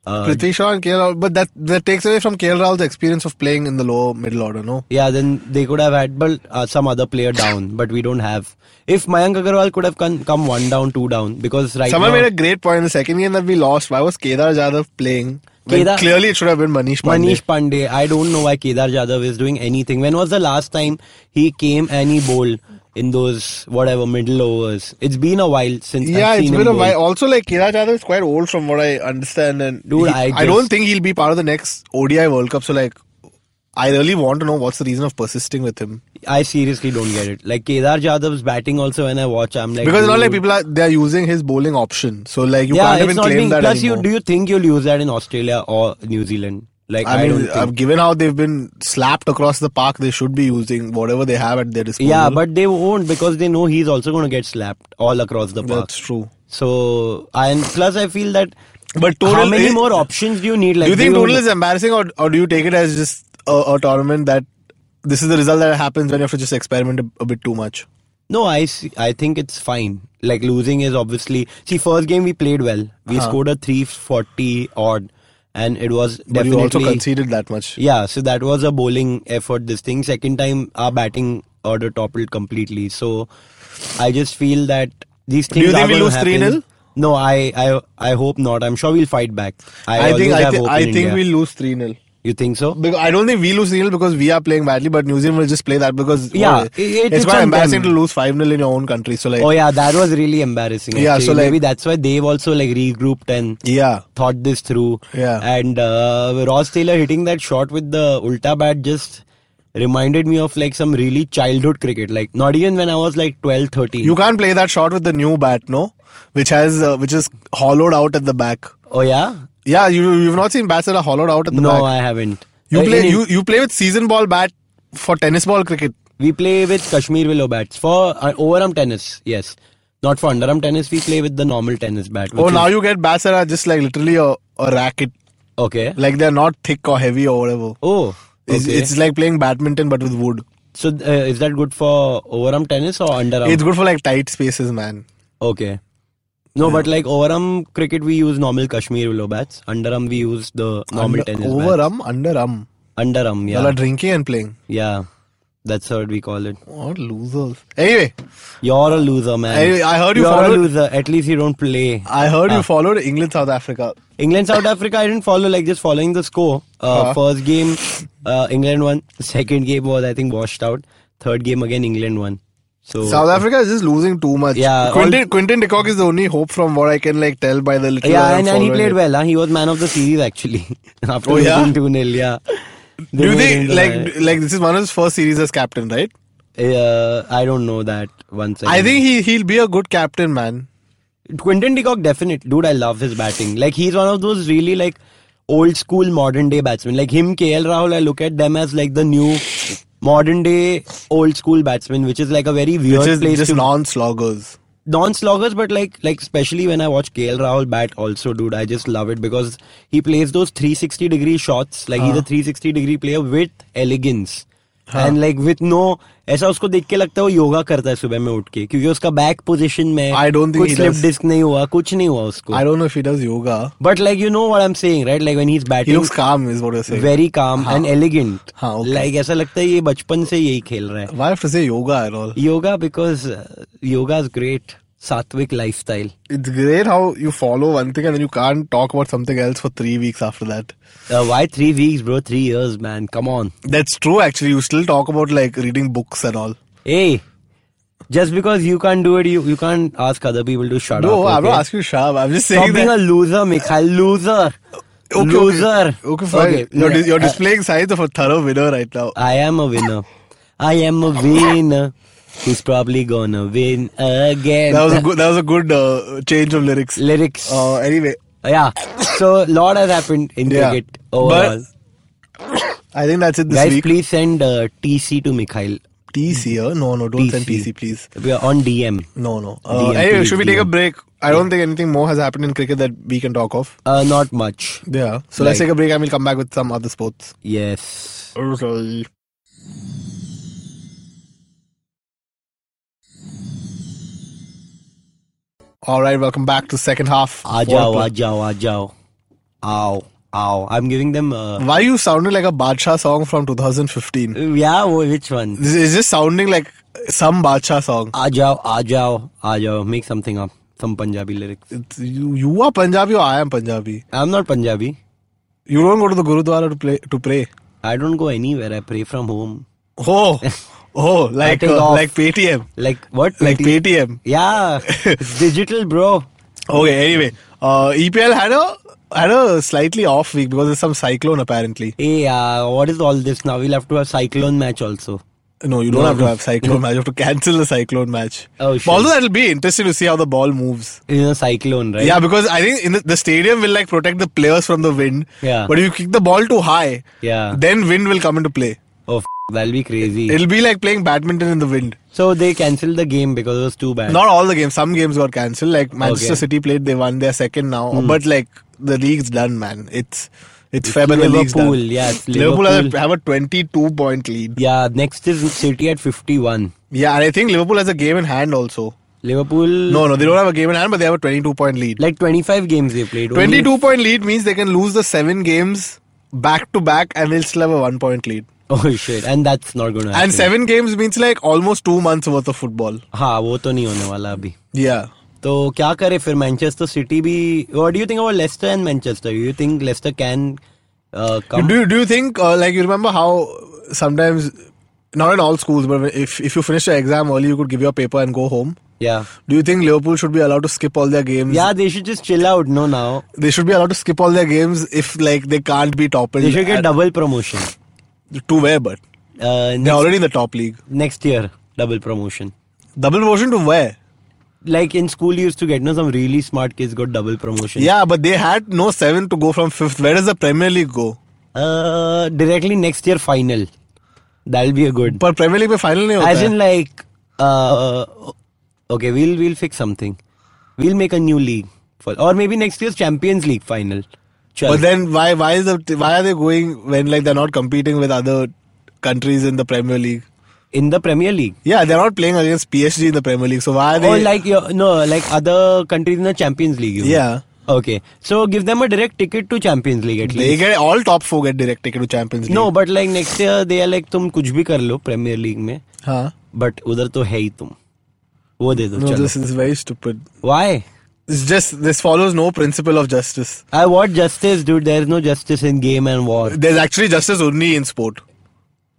Speaker 1: Uh,
Speaker 2: Prithvi Shaw and KL, Rahul, but that that takes away from KL Rahul's experience of playing in the lower middle order. No,
Speaker 1: yeah, then they could have had but uh, some other player down, but we don't have. If Mayank Agarwal could have come, come one down, two down because right
Speaker 2: someone
Speaker 1: now
Speaker 2: made a great point in the second game that we lost. Why was Kedar Jadhav playing? When
Speaker 1: Kedar-
Speaker 2: clearly it should have been Manish Pandey.
Speaker 1: Manish Pandey. I don't know why Kedar Jadhav is doing anything. When was the last time he came and he bowled in those whatever middle overs? It's been a while since
Speaker 2: Yeah,
Speaker 1: I've
Speaker 2: it's
Speaker 1: seen
Speaker 2: been
Speaker 1: him
Speaker 2: a
Speaker 1: bowl.
Speaker 2: while. Also, like Kedar Jadhav is quite old from what I understand, and
Speaker 1: Dude,
Speaker 2: he-
Speaker 1: I
Speaker 2: I don't
Speaker 1: just-
Speaker 2: think he'll be part of the next ODI World Cup. So like, I really want to know what's the reason of persisting with him.
Speaker 1: I seriously don't get it. Like Kedar Jadhav's batting also when I watch, I'm like
Speaker 2: because not like
Speaker 1: dude.
Speaker 2: people are they're using his bowling option so like you
Speaker 1: yeah,
Speaker 2: can't
Speaker 1: it's
Speaker 2: even
Speaker 1: not
Speaker 2: claim
Speaker 1: being.
Speaker 2: that
Speaker 1: plus,
Speaker 2: anymore.
Speaker 1: you do you think you'll use that in Australia or New Zealand? Like I,
Speaker 2: I mean,
Speaker 1: don't
Speaker 2: uh,
Speaker 1: think.
Speaker 2: given how they've been slapped across the park, they should be using whatever they have at their disposal.
Speaker 1: yeah, but they won't because they know he's also going to get slapped all across the park.
Speaker 2: that's true.
Speaker 1: So and plus, I feel that.
Speaker 2: But
Speaker 1: how
Speaker 2: Todal
Speaker 1: many
Speaker 2: is-
Speaker 1: more options do you need? Like
Speaker 2: do you think
Speaker 1: you-
Speaker 2: total is embarrassing, or, or do you take it as just a, a tournament that this is the result that happens when you have to just experiment a, a bit too much?
Speaker 1: No, I see, I think it's fine. Like losing is obviously see first game we played well. We scored a three forty odd, and it was
Speaker 2: But
Speaker 1: definitely
Speaker 2: you also conceded that much.
Speaker 1: Yeah, so that was a bowling effort. This thing, second time our batting order toppled completely. So I just feel that these things.
Speaker 2: you think
Speaker 1: are
Speaker 2: we
Speaker 1: gonna
Speaker 2: lose
Speaker 1: happen.
Speaker 2: 3-0?
Speaker 1: No, I, I, I hope not. I'm sure we'll fight back. I,
Speaker 2: I,
Speaker 1: always
Speaker 2: think I,
Speaker 1: have
Speaker 2: thi-
Speaker 1: hope
Speaker 2: I
Speaker 1: in
Speaker 2: think
Speaker 1: India.
Speaker 2: we lose three 0
Speaker 1: You think so?
Speaker 2: Because I don't think we lose 3 0 because we are playing badly, but New Zealand will just play that because what
Speaker 1: Yeah,
Speaker 2: is-
Speaker 1: it-
Speaker 2: it's,
Speaker 1: it's on
Speaker 2: quite
Speaker 1: them.
Speaker 2: embarrassing to lose 5 0 in your own country. So, like,
Speaker 1: Oh yeah, that was really embarrassing.
Speaker 2: Yeah,
Speaker 1: actually.
Speaker 2: so, like-
Speaker 1: maybe that's why they've also like regrouped and
Speaker 2: yeah.
Speaker 1: thought this through.
Speaker 2: Yeah.
Speaker 1: And uh, Ross Taylor hitting that shot with the ulta bat just reminded me of like some really childhood cricket. Like not even when I was like 12, 13.
Speaker 2: You can't play that shot with the new bat, no, which has uh, which is hollowed out at the back.
Speaker 1: oh yeah?
Speaker 2: Yeah, you you've not seen bats that are hollowed out at the
Speaker 1: No,
Speaker 2: back.
Speaker 1: I haven't.
Speaker 2: you
Speaker 1: Uh,
Speaker 2: play
Speaker 1: in-
Speaker 2: you, you play with season ball bat for tennis ball cricket.
Speaker 1: We play with Kashmir willow bats for uh, overarm tennis. Yes, not for underarm tennis. We play with the normal tennis bat.
Speaker 2: Oh,
Speaker 1: which
Speaker 2: now
Speaker 1: is-
Speaker 2: you get bats that are just like literally a, a racket, Oh.
Speaker 1: okay.
Speaker 2: like they're not thick or heavy or whatever.
Speaker 1: Oh,
Speaker 2: It's,
Speaker 1: okay.
Speaker 2: it's like playing badminton but with wood.
Speaker 1: so uh, is that good for overarm tennis or underarm?
Speaker 2: It's good for like tight spaces, man.
Speaker 1: okay. No, but like overarm cricket, we use normal Kashmir willow bats. Underarm, we use the normal
Speaker 2: Under-
Speaker 1: tennis bats.
Speaker 2: overarm, underarm.
Speaker 1: Underarm,
Speaker 2: Yeah.
Speaker 1: yeah,
Speaker 2: Y'all are drinking and playing.
Speaker 1: yeah. That's what we call it.
Speaker 2: What losers. Anyway,
Speaker 1: You're a loser, man.
Speaker 2: Anyway, I heard you
Speaker 1: You're
Speaker 2: followed-
Speaker 1: a loser. At least you don't play.
Speaker 2: I heard
Speaker 1: Ah.
Speaker 2: you followed England South Africa.
Speaker 1: England South Africa I didn't follow like just following the score. Uh,
Speaker 2: Uh-huh.
Speaker 1: First game uh, England won. Second game was I think washed out. Third game again England won. So
Speaker 2: South Africa is just losing too much.
Speaker 1: Oh. Yeah,
Speaker 2: Quinton, Quinton de Kock is the only hope from what I can like tell by the little. I
Speaker 1: yeah,
Speaker 2: am
Speaker 1: and, and he
Speaker 2: following
Speaker 1: played
Speaker 2: it.
Speaker 1: well. Huh? He was man of the series actually after
Speaker 2: Oh, yeah?
Speaker 1: losing two 0 Yeah.
Speaker 2: Do
Speaker 1: made
Speaker 2: they
Speaker 1: him the
Speaker 2: like
Speaker 1: man.
Speaker 2: d- like this is one of his first series as captain, right?
Speaker 1: Uh, I don't know that. One second.
Speaker 2: I think he he'll be a good captain, man.
Speaker 1: Quinton de Kock definite dude. I love his batting. Like he's one of those really like old school modern day batsmen. Like him, KL Rahul. I look at them as like the new modern day old school batsman, which is like a very weird
Speaker 2: Which is
Speaker 1: place
Speaker 2: just
Speaker 1: to
Speaker 2: non-sloggers.
Speaker 1: non-sloggers. But like like especially when I watch KL Rahul bat, also dude, I just love it because he plays those 360 degree shots. Like
Speaker 2: हाँ।
Speaker 1: he's a 360 degree player with elegance. And like with no ऐसा उसको देख के लगता है वो योगा करता है सुबह में उठ के क्योंकि उसका बैक पोजीशन में
Speaker 2: I don't think
Speaker 1: कुछ
Speaker 2: he
Speaker 1: स्लिप
Speaker 2: does.
Speaker 1: डिस्क नहीं हुआ कुछ नहीं हुआ उसको
Speaker 2: I don't know if he does yoga.
Speaker 1: But like you know what I'm saying, right? Like when he's
Speaker 2: He
Speaker 1: batting,
Speaker 2: looks calm, is what you're saying.
Speaker 1: very calm and elegant.
Speaker 2: हाँ, okay.
Speaker 1: Like ऐसा लगता है ये बचपन से यही खेल रहा है.
Speaker 2: Why have to say yoga at all?
Speaker 1: Yoga because uh, yoga is great. Sattvic lifestyle.
Speaker 2: It's great how you follow one thing and then you can't talk about something else for three weeks after that.
Speaker 1: Uh, why three weeks, bro? Three years, man. Come on.
Speaker 2: That's true, actually. You still talk about like reading books and all.
Speaker 1: Hey, just because you can't do it, you you can't ask other people to shut
Speaker 2: No,
Speaker 1: up.
Speaker 2: I'm
Speaker 1: okay?
Speaker 2: not asking you, Shab. I'm just saying
Speaker 1: Stop being
Speaker 2: that.
Speaker 1: a loser, Mikhail. Loser. loser.
Speaker 2: Okay, okay, fine. You're, dis- you're displaying signs of a thorough winner right now.
Speaker 1: I am a winner. I am a winner. Who's probably gonna win again.
Speaker 2: That was a good. That was a good uh, change of lyrics.
Speaker 1: lyrics.
Speaker 2: Uh, anyway,
Speaker 1: yeah. So lot has happened in
Speaker 2: Yeah.
Speaker 1: cricket overall.
Speaker 2: I think that's it this
Speaker 1: Guys,
Speaker 2: week.
Speaker 1: please send uh, TC to Mikhail.
Speaker 2: TC, huh? no, no, don't send
Speaker 1: TC.
Speaker 2: TC, please.
Speaker 1: We are on DM.
Speaker 2: No, no. Uh,
Speaker 1: DM,
Speaker 2: anyway,
Speaker 1: please,
Speaker 2: should we take a
Speaker 1: DM.
Speaker 2: break? I don't think anything more has happened in cricket that we can talk of.
Speaker 1: Uh, not much.
Speaker 2: Yeah. So let's
Speaker 1: Like-
Speaker 2: take a break and we'll come back with some other sports.
Speaker 1: Yes.
Speaker 2: Okay. All right, welcome back to second half.
Speaker 1: Ajao,
Speaker 2: Four o'clock.
Speaker 1: ajao, ajao. Ow, ow. I'm giving them. Uh,
Speaker 2: Why you sounded like a Badshah song from 2015?
Speaker 1: yeah, wh- which one?
Speaker 2: This is just sounding like some Badshah song.
Speaker 1: Ajao, ajao, ajao. Make something up. Some Punjabi lyrics.
Speaker 2: It's, you you are Punjabi or I am Punjabi.
Speaker 1: I'm not Punjabi.
Speaker 2: You don't go to the Gurudwara to play to pray.
Speaker 1: I don't go anywhere. I pray from home.
Speaker 2: Oh, oh, like
Speaker 1: take
Speaker 2: uh,
Speaker 1: off.
Speaker 2: like Paytm,
Speaker 1: Like what?
Speaker 2: like
Speaker 1: Pati-
Speaker 2: Paytm.
Speaker 1: Yeah. it's digital, bro.
Speaker 2: Okay, anyway, uh, EPL had a had a slightly off week because there's some cyclone apparently.
Speaker 1: Hey, uh, what is all this now? We'll have to have cyclone match also.
Speaker 2: No, you don't
Speaker 1: No,
Speaker 2: have to
Speaker 1: no.
Speaker 2: have cyclone match. You have to cancel the cyclone match.
Speaker 1: Oh,
Speaker 2: But
Speaker 1: shit.
Speaker 2: Although that'll be interesting to see how the ball moves.
Speaker 1: You know, cyclone, right?
Speaker 2: Yeah, because I think in the, the stadium will like protect the players from the wind.
Speaker 1: Yeah.
Speaker 2: But if you kick the ball too high,
Speaker 1: Yeah.
Speaker 2: then wind will come into play.
Speaker 1: Oh, f- that'll be crazy.
Speaker 2: It'll be like playing badminton in the wind.
Speaker 1: So they cancelled the game because it was too bad.
Speaker 2: Not all the games. Some games got cancelled. Like Manchester
Speaker 1: Okay. Hmm.
Speaker 2: City played, they won their second now. But like the league's done, man. It's it's, Feb and the league's done.
Speaker 1: Liverpool, yeah, it's
Speaker 2: Liverpool, has a-
Speaker 1: Liverpool.
Speaker 2: have a 22 point lead.
Speaker 1: yeah, next is City at 51.
Speaker 2: Yeah, and I think Liverpool has a game in hand also.
Speaker 1: Liverpool,
Speaker 2: No, no, they don't have a game in hand, but they have a 22 point lead.
Speaker 1: like 25 games they played. Only-
Speaker 2: 22 point lead means they can lose the seven games back to back and they'll still have a one point lead.
Speaker 1: Oh shit, and that's not going to happen.
Speaker 2: And seven games means like almost two months worth of football.
Speaker 1: हाँ वो तो नहीं होने वाला अभी
Speaker 2: Yeah.
Speaker 1: तो क्या करे फिर मैनचेस्टर सिटी भी what do you think about Leicester and Manchester you think Leicester can come
Speaker 2: Do, do you think, uh, like, you remember how sometimes, not in all schools, but if, if you finish your exam early, you could give your paper and go home?
Speaker 1: या
Speaker 2: Do you think Liverpool should be allowed to skip all their games?
Speaker 1: या they should just chill out no now
Speaker 2: They should be allowed to skip all their games if, like, they can't be toppled.
Speaker 1: They should get
Speaker 2: at-
Speaker 1: double promotion
Speaker 2: to where, but.
Speaker 1: Uh,
Speaker 2: They're
Speaker 1: next,
Speaker 2: already in the top league.
Speaker 1: next year, double promotion.
Speaker 2: Double promotion to where?
Speaker 1: Like in school, you used to get no some really smart kids got double promotion.
Speaker 2: Yeah, but they had no seven to go from fifth. Where does the Premier League go?
Speaker 1: Uh, directly next year final. That'll be a good.
Speaker 2: पर premiere league में final नहीं होता
Speaker 1: As
Speaker 2: है।
Speaker 1: in like, uh, okay, we'll we'll fix something. We'll make a new league for, or maybe next year's Champions League final. Chal.
Speaker 2: But then why why is the why are they going when like they're not competing with other countries in the Premier League?
Speaker 1: in the Premier League.
Speaker 2: Yeah, they're not playing against PSG in the Premier League. So why are they?
Speaker 1: Or like your no, like other countries in the Champions League. you mean?
Speaker 2: Yeah.
Speaker 1: Okay, so give them a direct ticket to Champions League at
Speaker 2: they
Speaker 1: least.
Speaker 2: get all top four get direct ticket to Champions League.
Speaker 1: No, but like next year they are like तुम कुछ भी कर लो Premier League में,
Speaker 2: huh?
Speaker 1: but उधर तो है ही तुम. वो दे दो
Speaker 2: No,
Speaker 1: चलो.
Speaker 2: this is very stupid.
Speaker 1: Why?
Speaker 2: It's just this follows no principle of justice.
Speaker 1: I want justice, dude. There is no justice in game and war.
Speaker 2: There's actually justice only in sport.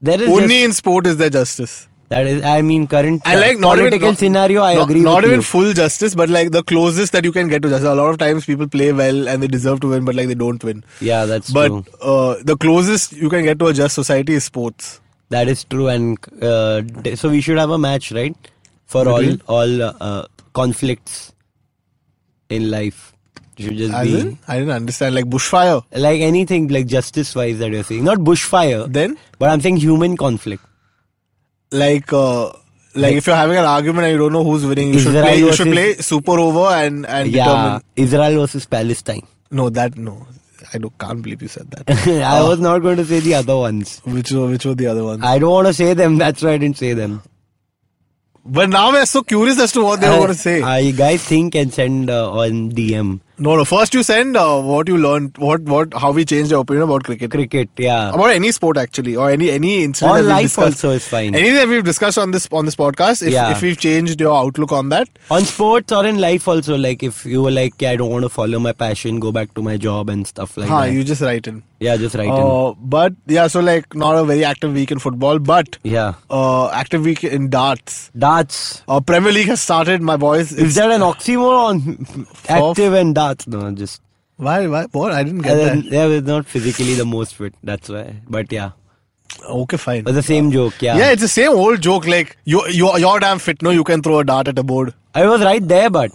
Speaker 1: There is
Speaker 2: Only
Speaker 1: just-
Speaker 2: in sport is there justice.
Speaker 1: That is, I mean, current
Speaker 2: I like not
Speaker 1: political
Speaker 2: even, not-
Speaker 1: scenario. I
Speaker 2: not,
Speaker 1: agree.
Speaker 2: Not
Speaker 1: with
Speaker 2: even
Speaker 1: you.
Speaker 2: full justice, but like the closest that you can get to justice. A lot of times people play well and they deserve to win, but like they don't win.
Speaker 1: Yeah, that's true.
Speaker 2: But uh, the closest you can get to a just society is sports.
Speaker 1: That is true, and uh, d- so we should have a match, right? For all
Speaker 2: Between?
Speaker 1: all uh, uh, conflicts in life, It should just
Speaker 2: As
Speaker 1: be
Speaker 2: in, I didn't understand. Like bushfire.
Speaker 1: like anything like justice wise that you're saying, not bushfire.
Speaker 2: Then?
Speaker 1: but I'm saying human conflict.
Speaker 2: Like, uh, like if you're having an argument and you don't know who's winning, you should
Speaker 1: Israel
Speaker 2: play. You should play
Speaker 1: versus-
Speaker 2: super over and and
Speaker 1: Yeah,
Speaker 2: determine.
Speaker 1: Israel versus Palestine.
Speaker 2: No, that no. I do, can't believe you said that.
Speaker 1: I was not going to say the other ones.
Speaker 2: which were which were the other ones?
Speaker 1: I don't want to say them. That's why I didn't say them.
Speaker 2: but now we're so curious as to what they were going to say.
Speaker 1: Uh, you guys think and send uh, on DM
Speaker 2: no, no. First, you send uh, what you learned, what what how we changed our opinion about cricket.
Speaker 1: cricket. Yeah.
Speaker 2: about any sport actually or any any incident
Speaker 1: Or
Speaker 2: that we've
Speaker 1: life
Speaker 2: discussed.
Speaker 1: also is fine.
Speaker 2: anything that we've discussed on this on this podcast if,
Speaker 1: Yeah.
Speaker 2: if we've changed your outlook on that
Speaker 1: on sports or in life also like if you were like "Yeah, i don't want to follow my passion go back to my job and stuff like
Speaker 2: huh,
Speaker 1: that
Speaker 2: you just write in,
Speaker 1: yeah just write
Speaker 2: Uh, but yeah so like not a very active week in football but
Speaker 1: in yeah
Speaker 2: uh, active week in darts
Speaker 1: darts
Speaker 2: uh, Premier League has started my boys
Speaker 1: is
Speaker 2: it's,
Speaker 1: that an oxymoron active and darts no just
Speaker 2: why why what I didn't get
Speaker 1: and then,
Speaker 2: that
Speaker 1: yeah we're not physically the most fit that's why but yeah
Speaker 2: okay fine
Speaker 1: but the same joke yeah.
Speaker 2: yeah it's the same old joke like you you you're damn fit no you can throw a dart at a board
Speaker 1: i was right there but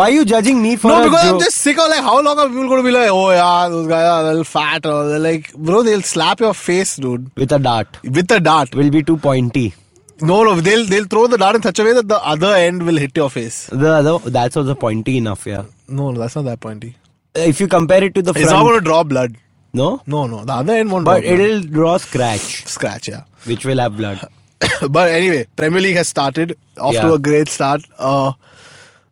Speaker 1: why are you judging me for
Speaker 2: No,
Speaker 1: a
Speaker 2: because I'm
Speaker 1: joke?
Speaker 2: just sick of like how long are people gonna be like, oh yeah, those guys are a little fat or they're like, bro, they'll slap your face, dude.
Speaker 1: with a dart
Speaker 2: with a dart.
Speaker 1: will be too pointy
Speaker 2: No, no, they'll they'll throw the dart in such a way that the other end will hit your face.
Speaker 1: the other that's also pointy enough yeah
Speaker 2: No, no, that's not that pointy.
Speaker 1: if you compare it to the
Speaker 2: It's
Speaker 1: front
Speaker 2: not going to draw blood.
Speaker 1: no
Speaker 2: No, no, the other end won't.
Speaker 1: but
Speaker 2: draw blood.
Speaker 1: it'll draw scratch
Speaker 2: scratch, yeah.
Speaker 1: which will have blood
Speaker 2: but anyway, Premier League has started off to
Speaker 1: Yeah.
Speaker 2: a great start. Uh,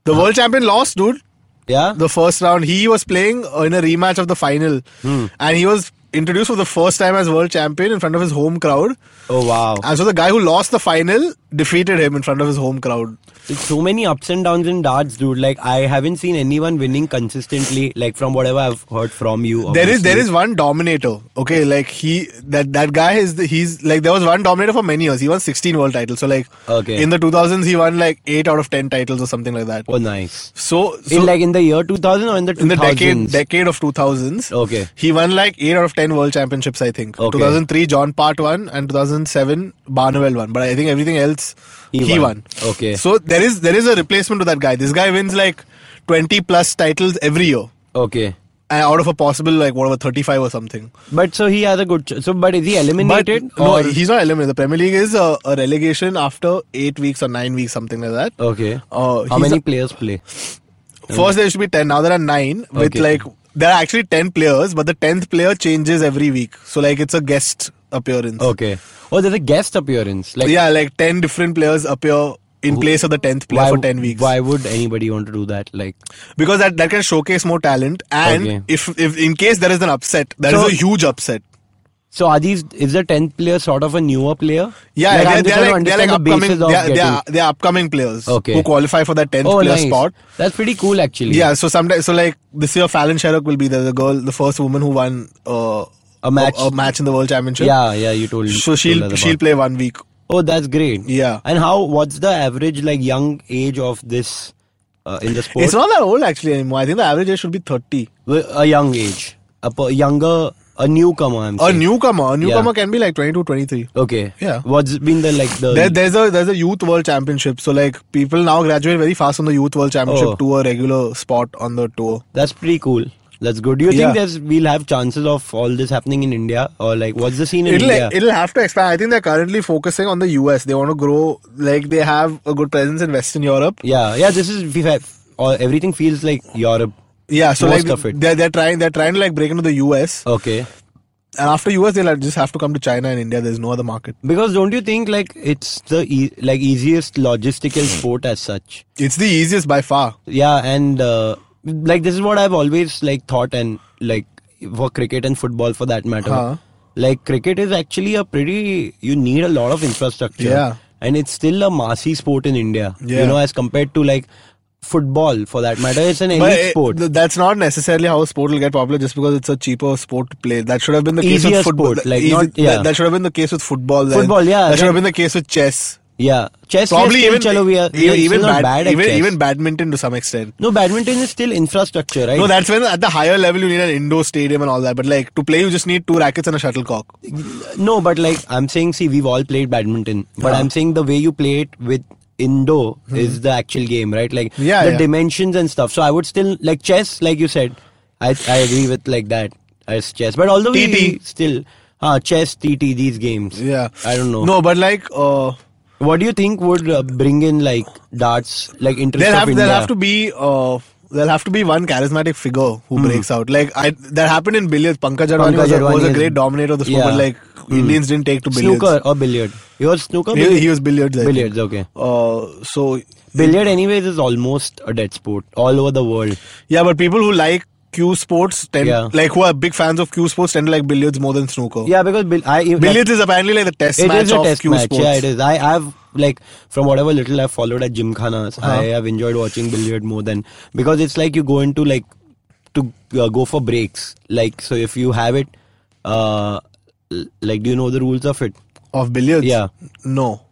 Speaker 2: the world champion lost, dude.
Speaker 1: Yeah.
Speaker 2: The first round, he was playing uh, in a rematch of the final, and he was introduced for the first time as world champion in front of his home crowd.
Speaker 1: oh wow.
Speaker 2: And so the guy who lost the final defeated him in front of his home crowd.
Speaker 1: It's so many ups and downs in darts, dude. Like I haven't seen anyone winning consistently. Like from whatever I've heard from you.
Speaker 2: There is there
Speaker 1: obviously.
Speaker 2: is one dominator. Okay, like he that that guy is the, he's like there was one dominator for many years. He won 16 world titles. So like
Speaker 1: Okay.
Speaker 2: in the 2000s he won like 8 out of 10 titles or something like that.
Speaker 1: Oh, nice.
Speaker 2: So, so
Speaker 1: in like in the year 2000 or in the 2000s.
Speaker 2: in the decade decade of 2000s
Speaker 1: Okay.
Speaker 2: he won like 8 out of 10 world championships I think.
Speaker 1: Okay.
Speaker 2: 2003 John Part won and 2007 Barnwell won, but I think everything else
Speaker 1: He
Speaker 2: he,
Speaker 1: won.
Speaker 2: won.
Speaker 1: Okay.
Speaker 2: So there is there is a replacement to that guy. This guy wins like 20 plus titles every year.
Speaker 1: Okay.
Speaker 2: uh, Out of a possible like whatever 35 or something.
Speaker 1: But so he has a good. Ch- so but is he eliminated?
Speaker 2: But, no,
Speaker 1: or-
Speaker 2: he's not eliminated. The Premier League is uh, a, a relegation after eight weeks or nine weeks, something like that.
Speaker 1: Okay.
Speaker 2: Uh,
Speaker 1: How
Speaker 2: he's
Speaker 1: many
Speaker 2: a-
Speaker 1: players play?
Speaker 2: First there used to be ten. Now there are nine. With
Speaker 1: Okay.
Speaker 2: like there are actually ten players, but the tenth player changes every week. So like it's a guest appearance.
Speaker 1: Okay. Oh, there's a guest appearance. Like
Speaker 2: yeah, like ten different players appear in place of the tenth player
Speaker 1: why,
Speaker 2: for ten weeks.
Speaker 1: Why would anybody want to do that? Like
Speaker 2: Because that, that can showcase more talent, and
Speaker 1: Okay.
Speaker 2: if if in case there is an upset, that is
Speaker 1: So-
Speaker 2: a huge upset.
Speaker 1: so are these? Is the tenth player sort of a newer player?
Speaker 2: Yeah,
Speaker 1: Like, I'm
Speaker 2: they're,
Speaker 1: just
Speaker 2: they're
Speaker 1: trying
Speaker 2: like
Speaker 1: to
Speaker 2: they're
Speaker 1: understand
Speaker 2: like
Speaker 1: the
Speaker 2: upcoming.
Speaker 1: basis of getting-
Speaker 2: They're, they're, they're upcoming players
Speaker 1: Okay.
Speaker 2: who qualify for that tenth player spot.
Speaker 1: Oh, That's pretty cool, actually.
Speaker 2: Yeah, so sometimes, so like this year, Fallon Sherrock will be there, the girl, the first woman who won uh,
Speaker 1: A match.
Speaker 2: a, match in the world championship.
Speaker 1: Yeah, yeah. You told.
Speaker 2: so
Speaker 1: told
Speaker 2: she'll
Speaker 1: us
Speaker 2: she'll
Speaker 1: about.
Speaker 2: play one week.
Speaker 1: Oh, that's great.
Speaker 2: Yeah.
Speaker 1: And how? What's the average like young age of this uh, in the sport?
Speaker 2: It's not that old actually anymore. I think the average age should be thirty.
Speaker 1: Well, a young age, a per- younger A newcomer, I'm
Speaker 2: A
Speaker 1: saying.
Speaker 2: newcomer, a newcomer
Speaker 1: Yeah.
Speaker 2: can be like 22, 23.
Speaker 1: okay.
Speaker 2: Yeah.
Speaker 1: What's been the like the
Speaker 2: There, there's a there's a youth world championship. So like people now graduate very fast from the youth world championship
Speaker 1: Oh.
Speaker 2: to a regular spot on the tour.
Speaker 1: That's pretty cool. That's good. Do you
Speaker 2: Yeah.
Speaker 1: think there's we'll have chances of all this happening in India or like what's the scene in
Speaker 2: It'll
Speaker 1: India?
Speaker 2: it'll have to expand. I think they're currently focusing on the US. They want to grow like they have a good presence in Western Europe.
Speaker 1: yeah, yeah. This is we have, all, everything feels like Europe.
Speaker 2: Yeah, so
Speaker 1: Most
Speaker 2: like
Speaker 1: of it.
Speaker 2: they're they're trying they're trying to like break into the US.
Speaker 1: Okay.
Speaker 2: And after US they'll just have to come to China and India. There's no other market.
Speaker 1: Because don't you think like it's the e- like easiest logistical sport as such?
Speaker 2: It's the easiest by far.
Speaker 1: Yeah, and uh, like this is what I've always like thought and like for cricket and football for that matter.
Speaker 2: Huh.
Speaker 1: Like cricket is actually a pretty you need a lot of infrastructure.
Speaker 2: Yeah.
Speaker 1: And it's still a massy sport in India.
Speaker 2: Yeah.
Speaker 1: You know, as compared to like football for that matter. It's an
Speaker 2: But
Speaker 1: elite
Speaker 2: it-
Speaker 1: sport.
Speaker 2: th- that's not necessarily how a sport will get popular just because it's a cheaper sport to play. That should have been the case
Speaker 1: Easier
Speaker 2: with football.
Speaker 1: sport,
Speaker 2: Th-
Speaker 1: like not-
Speaker 2: that-
Speaker 1: yeah.
Speaker 2: that, should have been the case with football. Then.
Speaker 1: Football, yeah,
Speaker 2: That should have
Speaker 1: then-
Speaker 2: been the case with chess.
Speaker 1: yeah. Chess
Speaker 2: Probably
Speaker 1: yes,
Speaker 2: even
Speaker 1: chalo, we are, we are
Speaker 2: even, even
Speaker 1: still not
Speaker 2: bad-
Speaker 1: bad at
Speaker 2: even,
Speaker 1: chess.
Speaker 2: even badminton to some extent.
Speaker 1: no, badminton is still infrastructure, right?
Speaker 2: No, that's when at the higher level you need an indoor stadium and all that. But like to play, you just need two rackets and a shuttlecock.
Speaker 1: No, but like I'm saying, see, we've all played badminton, but I'm saying the way you play it with indoor is the actual game, right? Like
Speaker 2: Hmm. Yeah,
Speaker 1: the
Speaker 2: yeah.
Speaker 1: dimensions and stuff. So I would still like chess, like you said. I I agree with like that as chess, but although we
Speaker 2: TT.
Speaker 1: still uh, chess, TT, these games.
Speaker 2: Yeah,
Speaker 1: I don't know.
Speaker 2: No, but like uh,
Speaker 1: What do you think would uh, bring in like darts, like interest
Speaker 2: they'll
Speaker 1: of
Speaker 2: have
Speaker 1: India?
Speaker 2: they'll have to be uh, there'll have to be one charismatic figure who breaks out. Like I that happened in billiards. Pankaj Advani,
Speaker 1: Hmm. Pankaj
Speaker 2: was, a, was
Speaker 1: Advani
Speaker 2: a
Speaker 1: is-
Speaker 2: great dominator of the sport,
Speaker 1: Yeah. Hmm.
Speaker 2: but like Indians didn't take to billiards.
Speaker 1: snooker or billiard. You was snooker.
Speaker 2: He, he was billiards. I think.
Speaker 1: billiards. Okay.
Speaker 2: Uh, so
Speaker 1: Billiard, anyways, is almost a dead sport all over the world.
Speaker 2: yeah, but people who like Q sports tend
Speaker 1: Yeah.
Speaker 2: like who are big fans of Q sports tend to like billiards more than snooker.
Speaker 1: Yeah, because bill, I
Speaker 2: Billiards is apparently like the test
Speaker 1: It
Speaker 2: match
Speaker 1: is a
Speaker 2: of
Speaker 1: test
Speaker 2: Q
Speaker 1: match.
Speaker 2: sports.
Speaker 1: Yeah, it is. I have like from whatever little I've followed at gymkhanas, I have enjoyed watching billiard more than because it's like you go into like to uh, go for breaks. Like so, if you have it, uh, l- like do you know the rules of it?
Speaker 2: Of billiards?
Speaker 1: Yeah.
Speaker 2: No.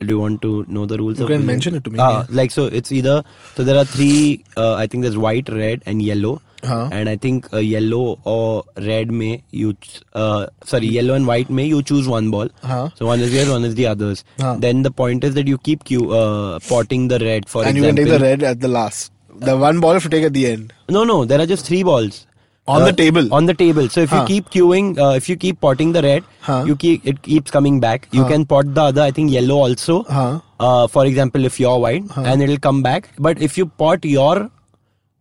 Speaker 1: Do you want to know the rules?
Speaker 2: You
Speaker 1: of
Speaker 2: can
Speaker 1: billiard?
Speaker 2: mention it to me,
Speaker 1: Ah, like so, it's either so there are three. Uh, I think there's white, red, and yellow.
Speaker 2: Huh.
Speaker 1: And I think uh, yellow or red may you ch- uh, sorry yellow and white may you choose one ball.
Speaker 2: Huh.
Speaker 1: So one is yours, one is the others.
Speaker 2: Huh.
Speaker 1: Then the point is that you keep you uh, potting the red for
Speaker 2: and you
Speaker 1: example.
Speaker 2: can take the red at the last. The one ball if you take at the end.
Speaker 1: No, no, there are just three balls. Uh,
Speaker 2: On the table?
Speaker 1: On the table. So if
Speaker 2: Huh.
Speaker 1: you keep queuing, uh, if you keep potting the red,
Speaker 2: Huh.
Speaker 1: you keep it keeps coming back. You can pot the other, I think yellow also.
Speaker 2: Huh.
Speaker 1: Uh, for example, if you're white, and it'll come back. But if you pot your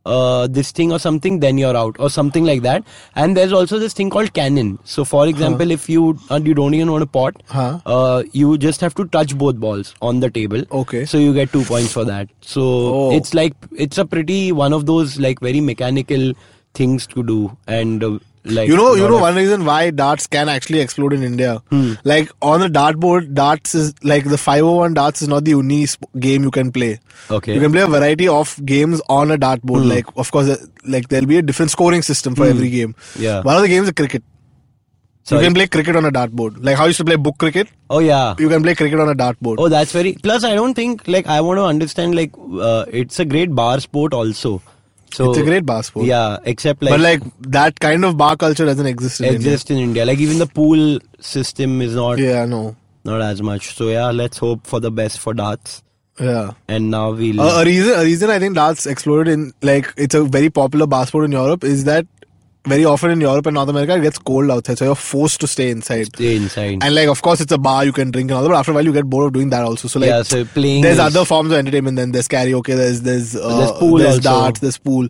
Speaker 1: uh, this thing or something, then you're out or something like that. And there's also this thing called cannon. So for example, if you uh, you don't even want to pot,
Speaker 2: Huh.
Speaker 1: uh, you just have to touch both balls on the table.
Speaker 2: Okay.
Speaker 1: So you get two points for that. So
Speaker 2: Oh.
Speaker 1: it's like it's a pretty one of those like very mechanical things to do and uh, like
Speaker 2: You know, you know
Speaker 1: lot of-
Speaker 2: one reason why darts can actually explode in India.
Speaker 1: Hmm.
Speaker 2: Like on the dartboard, darts is like the 501 darts is not the only sp- game you can play.
Speaker 1: Okay. Hmm.
Speaker 2: You can play a variety of games on a dartboard. Like of course, uh, like there'll be a different scoring system for every game.
Speaker 1: Yeah.
Speaker 2: One of the games is cricket.
Speaker 1: Sorry.
Speaker 2: You can play cricket on a dartboard. Like how you used to play book cricket,
Speaker 1: oh yeah
Speaker 2: you can play cricket on a dartboard.
Speaker 1: oh that's very plus I don't think like I want to understand like uh, it's a great bar sport also so
Speaker 2: It's a great bar sport.
Speaker 1: yeah except like
Speaker 2: but like that kind of bar culture doesn't exist in India.
Speaker 1: exist in India like even the pool system is not
Speaker 2: Yeah, no.
Speaker 1: not as much so yeah let's hope for the best for darts
Speaker 2: Yeah.
Speaker 1: and now we'll
Speaker 2: A- a reason, a reason I think darts exploded in like it's a very popular passport in Europe is that very often in Europe and North America it gets cold outside, so you're forced to stay inside.
Speaker 1: stay inside
Speaker 2: And like, of course, it's a bar you can drink and all that, but after a while you get bored of doing that also. So like,
Speaker 1: yeah so playing is-
Speaker 2: there's other forms of entertainment. Then there's karaoke, there's there's uh,
Speaker 1: There's pool
Speaker 2: there's
Speaker 1: also. Hmm.
Speaker 2: darts, there's pool.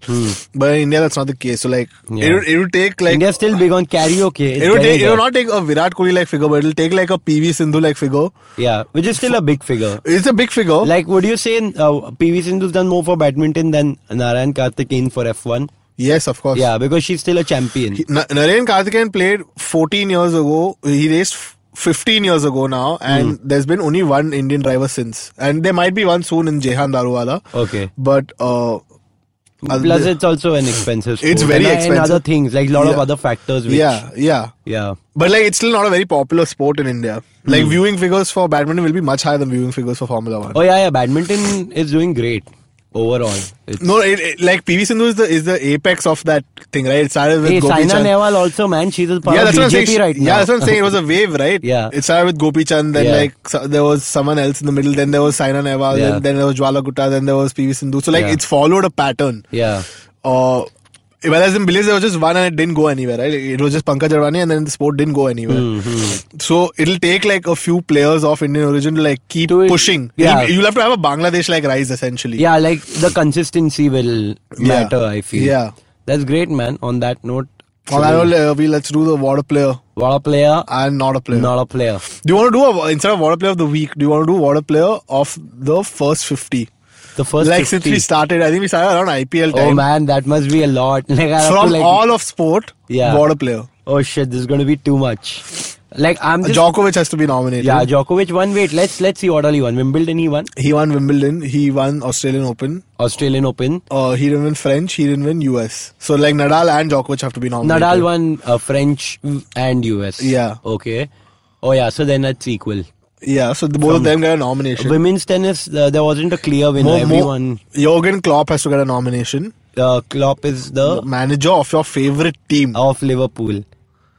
Speaker 2: But in India, that's not the case. So like, it
Speaker 1: Yeah.
Speaker 2: would it would take like
Speaker 1: India's still big on karaoke It's
Speaker 2: it would
Speaker 1: getting
Speaker 2: take it
Speaker 1: there.
Speaker 2: would not take a Virat Kohli like figure, but it'll take like a PV Sindhu like figure.
Speaker 1: Yeah, which is still a big figure.
Speaker 2: It's a big figure.
Speaker 1: Like, would you say uh, PV Sindhu's done more for badminton than Narayan Karthikeyan for F1?
Speaker 2: yes, of course.
Speaker 1: Yeah, because she's still a champion.
Speaker 2: Na- Naren Karthikeyan played 14 years ago. He raced f- 15 years ago now, and
Speaker 1: Hmm.
Speaker 2: there's been only one Indian driver since. And there might be one soon in Jehan Daruwala.
Speaker 1: Okay.
Speaker 2: But uh, I'll-
Speaker 1: Plus, it's also an expensive sport.
Speaker 2: It's
Speaker 1: and,
Speaker 2: very
Speaker 1: uh, And
Speaker 2: expensive.
Speaker 1: other things, like a lot of
Speaker 2: Yeah.
Speaker 1: other factors. Which,
Speaker 2: yeah, yeah.
Speaker 1: Yeah.
Speaker 2: But like, it's still not a very popular sport in India.
Speaker 1: Hmm.
Speaker 2: Like, viewing figures for badminton will be much higher than viewing figures for Formula One.
Speaker 1: Oh, yeah, yeah. Badminton is doing great. overall. It's,
Speaker 2: No, it, it- like PV Sindhu is the is the apex of that thing, right? It started with
Speaker 1: hey,
Speaker 2: Gopi
Speaker 1: Saina
Speaker 2: Chand.
Speaker 1: Nehwal also, man, she's a part
Speaker 2: yeah,
Speaker 1: of
Speaker 2: that's what I'm
Speaker 1: BJP
Speaker 2: saying.
Speaker 1: right now.
Speaker 2: yeah, that's what I'm saying. It was a wave, right?
Speaker 1: Yeah.
Speaker 2: It started with Gopi Chand, then
Speaker 1: Yeah.
Speaker 2: like so, there was someone else in the middle, then there was Saina Nehwal,
Speaker 1: Yeah.
Speaker 2: then, then there was Jwala Gutta, then there was PV Sindhu. So like
Speaker 1: Yeah.
Speaker 2: it's followed a pattern.
Speaker 1: yeah,
Speaker 2: Uh, whereas in Billies there was just one and it didn't go anywhere, right? It was just Pankaj Arwani and then the sport didn't go anywhere.
Speaker 1: Hmm. Mm-hmm.
Speaker 2: So it'll take like a few players of Indian origin to like keep
Speaker 1: To it-
Speaker 2: pushing.
Speaker 1: yeah.
Speaker 2: You'll, you'll have to have a Bangladesh like rise essentially.
Speaker 1: yeah. Like the consistency will matter. I feel.
Speaker 2: Yeah.
Speaker 1: that's great, man. On that note,
Speaker 2: On that note, uh, we let's do the water player
Speaker 1: what a player,
Speaker 2: and not a player.
Speaker 1: not a player.
Speaker 2: Do you want to do a instead of water player of the week? Do you want to do water player of the first fifty?
Speaker 1: The first 50.
Speaker 2: like since we started, I think we started around IPL
Speaker 1: Oh
Speaker 2: time.
Speaker 1: man, that must be a lot. Like I have
Speaker 2: From
Speaker 1: to, like,
Speaker 2: all of sport,
Speaker 1: Yeah.
Speaker 2: water player.
Speaker 1: Oh shit, this is gonna be too much. Like I'm just
Speaker 2: Djokovic has to be nominated.
Speaker 1: yeah, Djokovic won. Wait, let's let's see orderly one. Wimbledon he won.
Speaker 2: he won Wimbledon. He won Australian Open.
Speaker 1: Australian Open.
Speaker 2: Uh, he didn't win French. He didn't win US. So like Nadal and Djokovic have to be nominated.
Speaker 1: Nadal won uh, French and US.
Speaker 2: Yeah.
Speaker 1: Okay. Oh yeah, so then that's equal.
Speaker 2: Yeah. So the, both of them got a nomination.
Speaker 1: Women's tennis, uh, there wasn't a clear winner.
Speaker 2: Mo- Mo-
Speaker 1: Everyone,
Speaker 2: Jurgen Klopp has to get a nomination.
Speaker 1: uh, Oh. Klopp is the
Speaker 2: Manager of your favorite team.
Speaker 1: of Liverpool,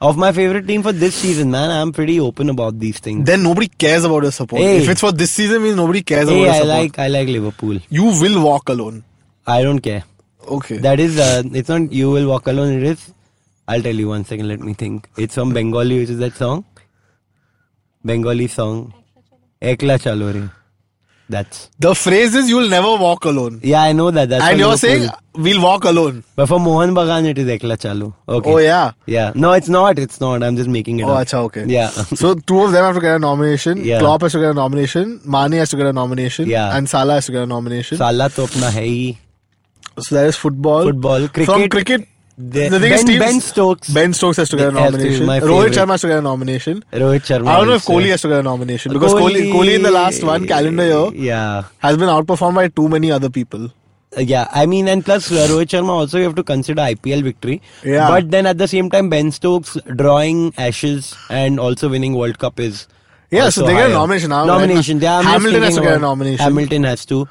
Speaker 1: of my favorite team for this season. Man, I'm pretty open about these things.
Speaker 2: Then nobody cares about your support.
Speaker 1: Hey.
Speaker 2: If it's for this season, means nobody cares about
Speaker 1: Hey,
Speaker 2: your
Speaker 1: I
Speaker 2: support.
Speaker 1: like I like Liverpool.
Speaker 2: You will walk alone.
Speaker 1: I don't care.
Speaker 2: Okay.
Speaker 1: That is, uh, it's not You Will Walk Alone, it is. I'll tell you one second, let me think. It's from Bengali, which is that song. Bengali song. Ekla Chalo Re. That's.
Speaker 2: the phrase is you'll never walk alone.
Speaker 1: Yeah, I know that. That's
Speaker 2: and
Speaker 1: from
Speaker 2: you're
Speaker 1: Liverpool.
Speaker 2: saying we'll walk alone.
Speaker 1: But for Mohan Bagan, it is Ekla Chalo. Okay.
Speaker 2: Oh yeah.
Speaker 1: Yeah. No, it's not. It's not. I'm just making it
Speaker 2: Oh,
Speaker 1: up.
Speaker 2: acha, okay.
Speaker 1: Yeah.
Speaker 2: so two of them have to get a nomination.
Speaker 1: Yeah.
Speaker 2: Klopp has to get a nomination. Mane has to get a nomination.
Speaker 1: Yeah.
Speaker 2: And Salah has to get a nomination.
Speaker 1: Salah to apna hai hi.
Speaker 2: so that is football.
Speaker 1: Football,
Speaker 2: From
Speaker 1: cricket,
Speaker 2: cricket,
Speaker 1: the-
Speaker 2: the thing is
Speaker 1: Ben-
Speaker 2: teams-
Speaker 1: Ben Stokes.
Speaker 2: Ben Stokes has to get a
Speaker 1: Has to be
Speaker 2: nomination.
Speaker 1: my
Speaker 2: Rohit
Speaker 1: favorite.
Speaker 2: Sharma has to get a nomination.
Speaker 1: Rohit Sharma.
Speaker 2: I don't know if
Speaker 1: also.
Speaker 2: Kohli has to get a nomination because Kohli, Kohli in the last one calendar year
Speaker 1: Yeah.
Speaker 2: has been outperformed by too many other people.
Speaker 1: Uh, Yeah, I mean, and plus uh, Rohit Sharma also you have to consider IPL victory.
Speaker 2: Yeah.
Speaker 1: But then at the same time, Ben Stokes drawing Ashes and also winning World Cup is.
Speaker 2: Yeah,
Speaker 1: also
Speaker 2: so they get a
Speaker 1: higher.
Speaker 2: nomination. I'm-
Speaker 1: Nomination. Yeah, I'm just
Speaker 2: Hamilton has
Speaker 1: thinking
Speaker 2: to get a
Speaker 1: about-
Speaker 2: nomination.
Speaker 1: Hamilton has to. Um,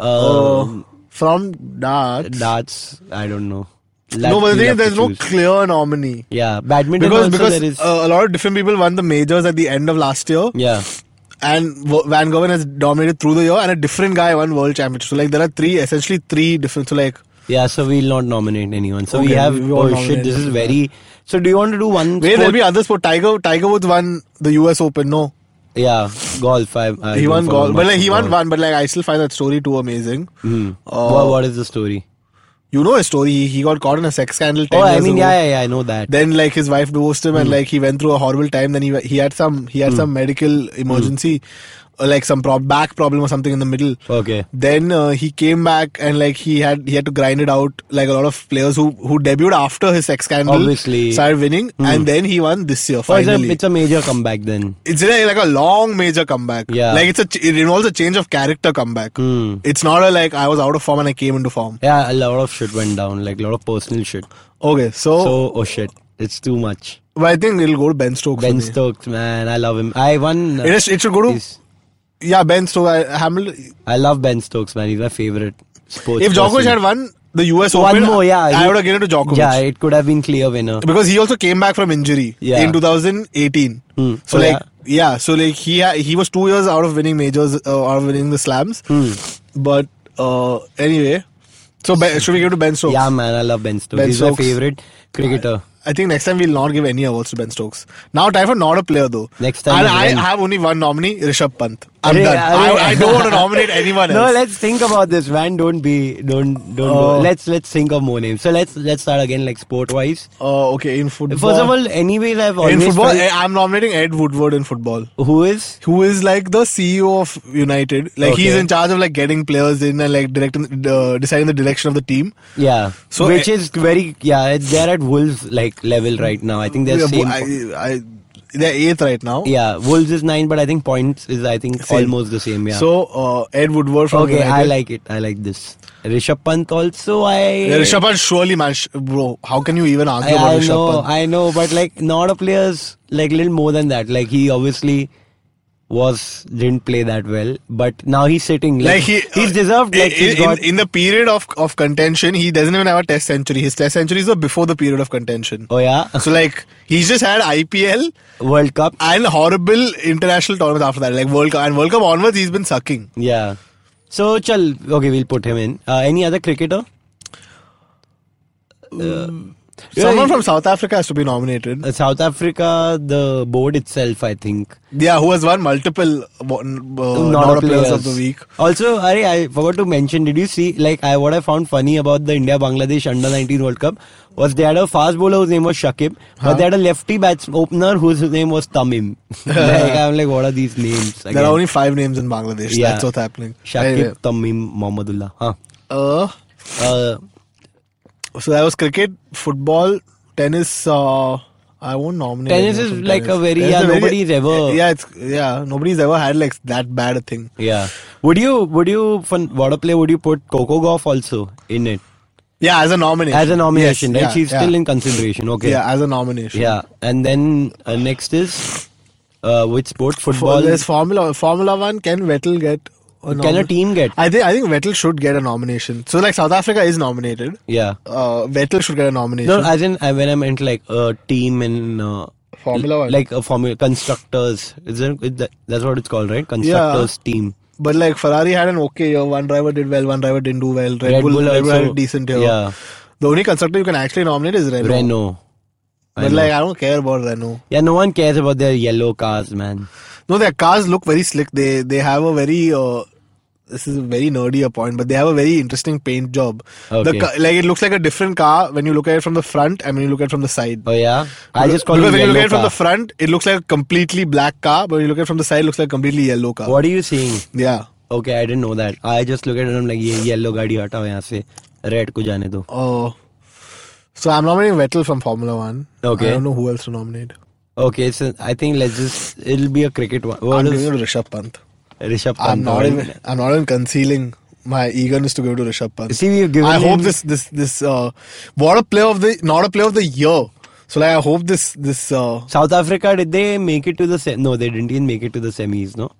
Speaker 1: Uh,
Speaker 2: Uh, from darts.
Speaker 1: darts. I don't know.
Speaker 2: No, but the thing is, there's no
Speaker 1: Choose.
Speaker 2: clear nominee.
Speaker 1: Yeah, badminton
Speaker 2: Because
Speaker 1: also
Speaker 2: because
Speaker 1: there is.
Speaker 2: uh, a lot of different people won the majors at the end of last year,
Speaker 1: yeah,
Speaker 2: and Wo- Van Gogh has dominated through the year, and a different guy won world championship. So like there are three, essentially three different. So like
Speaker 1: yeah. So we'll not nominate anyone. So we
Speaker 2: Okay,
Speaker 1: have.
Speaker 2: we won't
Speaker 1: oh shit!
Speaker 2: nominate
Speaker 1: This is
Speaker 2: anyone.
Speaker 1: very. So do you want to do one?
Speaker 2: wait, there'll
Speaker 1: sport?
Speaker 2: be other sport. Tiger Tiger Woods won the U.S. Open. No,
Speaker 1: Yeah, golf. I, I
Speaker 2: he
Speaker 1: don't
Speaker 2: won
Speaker 1: follow
Speaker 2: golf,
Speaker 1: much
Speaker 2: but
Speaker 1: Hmm.
Speaker 2: like he won
Speaker 1: golf.
Speaker 2: one. But like I still find that story too amazing.
Speaker 1: Mm.
Speaker 2: Uh,
Speaker 1: Wha- what is the story?
Speaker 2: You know his story. He, he got caught in a sex scandal. 10
Speaker 1: Oh, I
Speaker 2: years
Speaker 1: mean,
Speaker 2: ago.
Speaker 1: yeah, yeah, yeah, I know that.
Speaker 2: then like his wife divorced him and
Speaker 1: Hmm.
Speaker 2: like he went through a horrible time then he he had some he had some medical
Speaker 1: Hmm.
Speaker 2: emergency uh, like some prob- back problem or something in the middle
Speaker 1: Okay.
Speaker 2: then uh, he came back and like he had he had to grind it out like a lot of players who who debuted after his sex scandal
Speaker 1: Obviously.
Speaker 2: started winning and then he won this year
Speaker 1: Oh, it's, a,
Speaker 2: finally
Speaker 1: it's a major comeback then.
Speaker 2: it's like, like a long major comeback
Speaker 1: Yeah.
Speaker 2: like it's a ch- it involves a change of character comeback
Speaker 1: Hmm.
Speaker 2: it's not a like i was out of form and i came into form
Speaker 1: Yeah, a lot of shit went down, like a lot of personal shit.
Speaker 2: okay so,
Speaker 1: So, oh shit, it's too much.
Speaker 2: but i think it'll go to ben stokes for
Speaker 1: Ben
Speaker 2: me.
Speaker 1: Stokes, man, I love him. I won. uh,
Speaker 2: it, is, it should go to
Speaker 1: he's-
Speaker 2: yeah ben uh, stokes I, hamilton
Speaker 1: I love Ben Stokes, man. He's my favorite sports.
Speaker 2: If Djokovic
Speaker 1: person.
Speaker 2: had won the US
Speaker 1: one
Speaker 2: Open,
Speaker 1: more, yeah,
Speaker 2: I
Speaker 1: he-
Speaker 2: would have given it to Djokovic.
Speaker 1: yeah, it could have been clear winner.
Speaker 2: because he also came back from injury
Speaker 1: Yeah.
Speaker 2: in 2018.
Speaker 1: Hmm.
Speaker 2: So
Speaker 1: Oh,
Speaker 2: like yeah. so like he ha- he was 2 years out of winning majors uh, out of winning the slams.
Speaker 1: Hmm.
Speaker 2: But uh, anyway, so ben, should we give it to Ben Stokes?
Speaker 1: Yeah, man, I love Ben Stokes.
Speaker 2: Ben
Speaker 1: he's
Speaker 2: Stokes.
Speaker 1: my favorite cricketer.
Speaker 2: I think next time we'll not give any awards to Ben Stokes. Now time for not a player though.
Speaker 1: Next time
Speaker 2: And
Speaker 1: is
Speaker 2: I
Speaker 1: when?
Speaker 2: have only one nominee, Rishabh Pant. I'm
Speaker 1: Arey,
Speaker 2: done.
Speaker 1: arey.
Speaker 2: I, I don't want to nominate anyone
Speaker 1: No,
Speaker 2: else.
Speaker 1: let's think about this, man. Don't be, don't, don't.
Speaker 2: Oh.
Speaker 1: Go. Let's let's think of more names. So let's let's start again, like sport wise.
Speaker 2: Uh, okay, in football.
Speaker 1: First of all, anyways, I've always
Speaker 2: in football, eh,
Speaker 1: felt-
Speaker 2: I'm nominating Ed Woodward in football.
Speaker 1: who is
Speaker 2: who is like the CEO of United. Like he's
Speaker 1: Okay.
Speaker 2: in charge of like getting players in and like directing, uh, deciding the direction of the team.
Speaker 1: yeah,
Speaker 2: So,
Speaker 1: which
Speaker 2: eh,
Speaker 1: is very yeah, it's- they're at Wolves like level right now. I think they're
Speaker 2: Yeah,
Speaker 1: same.
Speaker 2: I, I- they're eighth right now.
Speaker 1: yeah, Wolves is nine, but I think points is I think
Speaker 2: Same.
Speaker 1: almost the same. Yeah.
Speaker 2: So uh, Ed Woodward from
Speaker 1: okay,
Speaker 2: United.
Speaker 1: I like it. I like this. Rishabh Pant also. I
Speaker 2: Yeah, Rishabh Pant surely, man, sh- bro. How can you even argue
Speaker 1: I,
Speaker 2: about
Speaker 1: I
Speaker 2: Rishabh
Speaker 1: know,
Speaker 2: Pant?
Speaker 1: I know, but like not a player's like little more than that. Like he obviously was didn't play that well, but now he's sitting like,
Speaker 2: Like he, uh,
Speaker 1: he's deserved. Like
Speaker 2: in,
Speaker 1: he's
Speaker 2: in,
Speaker 1: got,
Speaker 2: in the period of of contention, he doesn't even have a test century. His test centuries were before the period of contention.
Speaker 1: oh yeah,
Speaker 2: So like he's just had IPL
Speaker 1: World Cup.
Speaker 2: and horrible international tournaments after that. Like World Cup and World Cup onwards, he's been sucking.
Speaker 1: Yeah. So chal, okay, we'll put him in. Uh, any other cricketer?
Speaker 2: Uh, Someone from South Africa has to be nominated.
Speaker 1: Uh, South Africa, the board itself, I think.
Speaker 2: Yeah, who has won multiple won- uh, not a players of the week.
Speaker 1: Also, Ari, I forgot to mention. Did you see? Like, I what I found funny about the India Bangladesh Under 19 World Cup was they had a fast bowler whose name was Shakib, but they had a lefty bats opener whose name was Tamim. like, I'm like, what are these names?
Speaker 2: There
Speaker 1: again?
Speaker 2: are only five names in Bangladesh.
Speaker 1: Yeah.
Speaker 2: That's what's happening.
Speaker 1: Shakib,
Speaker 2: Anyway,
Speaker 1: Tamim, Mohammedullah. Huh.
Speaker 2: uh,
Speaker 1: Uh,
Speaker 2: so that was cricket, football, tennis. Uh, I won't nominate.
Speaker 1: Tennis is
Speaker 2: anyone from
Speaker 1: like a very-
Speaker 2: Tennis
Speaker 1: yeah,
Speaker 2: is a
Speaker 1: nobody's ever-
Speaker 2: Yeah, it's yeah. Nobody's ever had like that bad a thing.
Speaker 1: yeah. Would you would you for water play would you put Coco Golf also in it
Speaker 2: Yeah, as a nomination.
Speaker 1: as a nomination?
Speaker 2: Yes,
Speaker 1: right?
Speaker 2: yeah,
Speaker 1: She's
Speaker 2: yeah.
Speaker 1: still in consideration. Okay.
Speaker 2: Yeah, as a nomination.
Speaker 1: Yeah, and then uh, next is uh, which sport?
Speaker 2: For,
Speaker 1: Football.
Speaker 2: there's Formula Formula One. Can Vettel get? A
Speaker 1: Can a
Speaker 2: nomi-
Speaker 1: team get?
Speaker 2: I think I think Vettel should get a nomination. So like South Africa is nominated.
Speaker 1: yeah.
Speaker 2: Uh, Vettel should get a nomination.
Speaker 1: No, as in I, when I meant like a team in uh,
Speaker 2: Formula One.
Speaker 1: like a formula constructors. Is there, is that, that's what it's called, right? Constructors team.
Speaker 2: But like Ferrari had an okay year. One driver did well. One driver didn't do well. Red,
Speaker 1: Red
Speaker 2: Bull,
Speaker 1: Bull
Speaker 2: Red Bull had
Speaker 1: also-
Speaker 2: a decent year.
Speaker 1: yeah.
Speaker 2: The only constructor you can actually nominate is Renault.
Speaker 1: Renault. I
Speaker 2: But
Speaker 1: know.
Speaker 2: like I don't care about Renault.
Speaker 1: yeah, no one cares about their yellow cars, man.
Speaker 2: No, their cars look very slick. They they have a very uh, this is a very nerdy a point, but they have a very interesting paint job. The
Speaker 1: Okay.
Speaker 2: ca- like it looks like a different car when you look at it from the front and when you look at it from the side.
Speaker 1: Oh yeah, I just call
Speaker 2: because
Speaker 1: it
Speaker 2: when you
Speaker 1: yellow
Speaker 2: look at it from
Speaker 1: car.
Speaker 2: the front, it looks like a completely black car, but when you look at it from the side, it looks like a completely yellow car.
Speaker 1: What are you seeing?
Speaker 2: Yeah.
Speaker 1: Okay, I didn't know that. I just look at it and I'm like, ये yellow गाड़ी हटाओ यहाँ से red को जाने दो
Speaker 2: Oh. So I'm nominating Vettel from Formula One.
Speaker 1: Okay.
Speaker 2: I don't know who else to nominate.
Speaker 1: Okay, so I think let's just it'll be a cricket one. What
Speaker 2: I'm
Speaker 1: is
Speaker 2: giving it to Rishabh Pant.
Speaker 1: Rishabh Pant?
Speaker 2: I'm not
Speaker 1: right?
Speaker 2: even. I'm not even concealing my eagerness to give it to Rishabh Pant.
Speaker 1: See, we've given
Speaker 2: I hope
Speaker 1: him-
Speaker 2: this this this uh, what a player of the not a player of the year. So like I hope this this uh,
Speaker 1: South Africa did they make it to the se- no? They didn't even make it to the semis, no,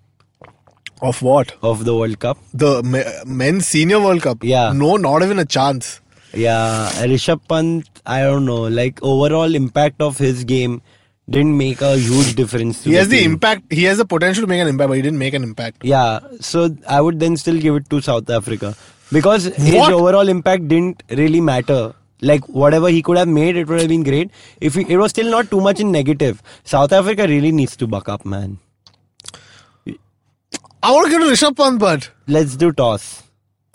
Speaker 2: of what
Speaker 1: of the World Cup.
Speaker 2: the me- men's senior World Cup.
Speaker 1: Yeah.
Speaker 2: No, not even a chance.
Speaker 1: Yeah, Rishabh Pant. I don't know. Like overall impact of his game didn't make a huge difference. to
Speaker 2: He has the
Speaker 1: team.
Speaker 2: impact. He has the potential to make an impact, but he didn't make an impact.
Speaker 1: Yeah, so I would then still give it to South Africa because his
Speaker 2: What?
Speaker 1: overall impact didn't really matter. Like whatever he could have made, it would have been great. If he, it was still not too much in negative, South Africa really needs to buck up, man.
Speaker 2: I want to give it to Rishabh Pant, but
Speaker 1: Let's do toss.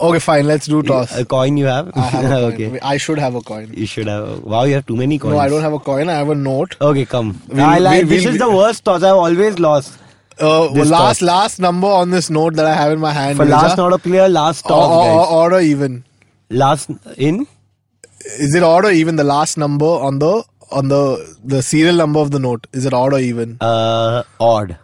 Speaker 2: okay, fine. Let's do toss.
Speaker 1: A coin you have?
Speaker 2: I have a coin.
Speaker 1: okay.
Speaker 2: I should have a coin.
Speaker 1: You should have. Wow, you have too many coins.
Speaker 2: No, I don't have a coin. I have a note.
Speaker 1: Okay, come.
Speaker 2: We'll-
Speaker 1: I like,
Speaker 2: we'll-
Speaker 1: this
Speaker 2: we'll-
Speaker 1: is the worst toss I've always lost.
Speaker 2: Uh,
Speaker 1: This
Speaker 2: last
Speaker 1: toss.
Speaker 2: last number on this note that I have in my hand.
Speaker 1: For
Speaker 2: is
Speaker 1: last,
Speaker 2: a-
Speaker 1: not a player, last
Speaker 2: or,
Speaker 1: toss,
Speaker 2: or,
Speaker 1: guys.
Speaker 2: or, or even.
Speaker 1: Last in?
Speaker 2: Is it odd or even the last number on the on the the serial number of the note? Is it odd or even?
Speaker 1: Uh, odd.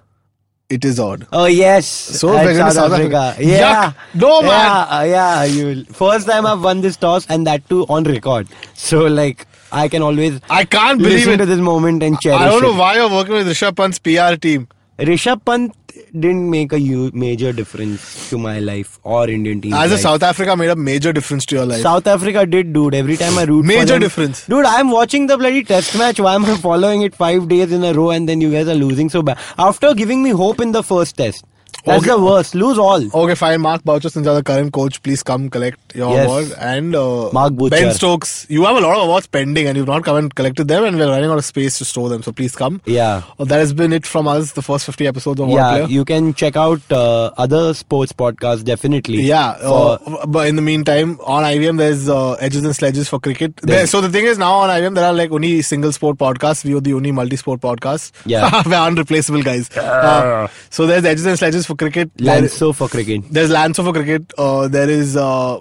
Speaker 2: It is odd.
Speaker 1: Oh yes.
Speaker 2: So we're
Speaker 1: At
Speaker 2: going to
Speaker 1: South,
Speaker 2: South
Speaker 1: Africa.
Speaker 2: Africa.
Speaker 1: Yeah.
Speaker 2: Yuck. No, man.
Speaker 1: Yeah, uh, yeah. You will. first time I've won this toss and that too on record. So like I can always
Speaker 2: I can't believe
Speaker 1: listen
Speaker 2: it.
Speaker 1: to this moment and cherish
Speaker 2: I don't know
Speaker 1: it.
Speaker 2: why you're working with Rishabh Pant's PR team.
Speaker 1: Rishabh Pant didn't make a u- major difference to my life or Indian team.
Speaker 2: As a South Africa made a major difference to your life.
Speaker 1: South Africa did, dude. Every time I root for
Speaker 2: Major
Speaker 1: them-
Speaker 2: difference.
Speaker 1: dude. I'm watching the bloody Test match. Why am I following it five days in a row and then you guys are losing so bad? After giving me hope in the first Test, that's
Speaker 2: Okay.
Speaker 1: the worst. Lose all.
Speaker 2: Okay, fine. Mark Boucher, since you're the current coach, please come collect your
Speaker 1: Yes.
Speaker 2: award. And uh,
Speaker 1: Mark Boucher.
Speaker 2: Ben Stokes, you have a lot of awards pending, and you've not come and collected them, and we're running out of space to store them. So please come.
Speaker 1: Yeah.
Speaker 2: Oh, that has been it from us. The first 50 episodes of
Speaker 1: yeah,
Speaker 2: One Player.
Speaker 1: you can check out uh, other sports podcasts definitely.
Speaker 2: yeah,
Speaker 1: For-
Speaker 2: uh, but in the meantime, on IBM there's uh, edges and sledges for cricket. There, so the thing is, now on IBM there are like only single sport podcasts. We are the only multi-sport podcast.
Speaker 1: Yeah.
Speaker 2: we're unreplaceable guys. Uh, so there's edges and sledges for cricket. There-
Speaker 1: Lanso for cricket.
Speaker 2: there's Lancer for cricket. Uh, there is uh,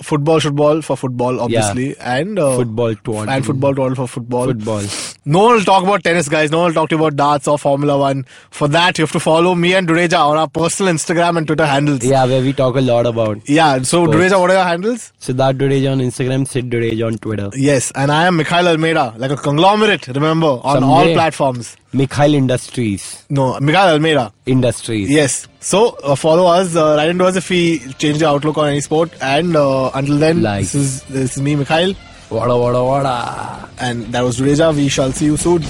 Speaker 2: football, football for football, obviously, and uh,
Speaker 1: Football twaddle.
Speaker 2: and football twaddle for football.
Speaker 1: Football.
Speaker 2: No one will talk about tennis, guys. No one will talk to you about darts or Formula One. For that, you have to follow me and Dureja on our personal Instagram and Twitter handles.
Speaker 1: Yeah, where we talk a lot about
Speaker 2: Yeah, so Dureja, what are your handles?
Speaker 1: Siddharth Dudeja on Instagram, Sid Dudeja on Twitter.
Speaker 2: Yes, and I am Mikhail Almeida, like a conglomerate, remember, on all
Speaker 1: Someday.
Speaker 2: platforms.
Speaker 1: Mikhail Industries.
Speaker 2: No, Mikhail Almeida.
Speaker 1: Industries.
Speaker 2: Yes. So uh, follow us, uh, write into us if we change the outlook on any sport. And uh, until then,
Speaker 1: Like.
Speaker 2: this is this is me, Mikhail,
Speaker 1: Wada, wada, wada.
Speaker 2: and that was Dureja. We shall see you soon.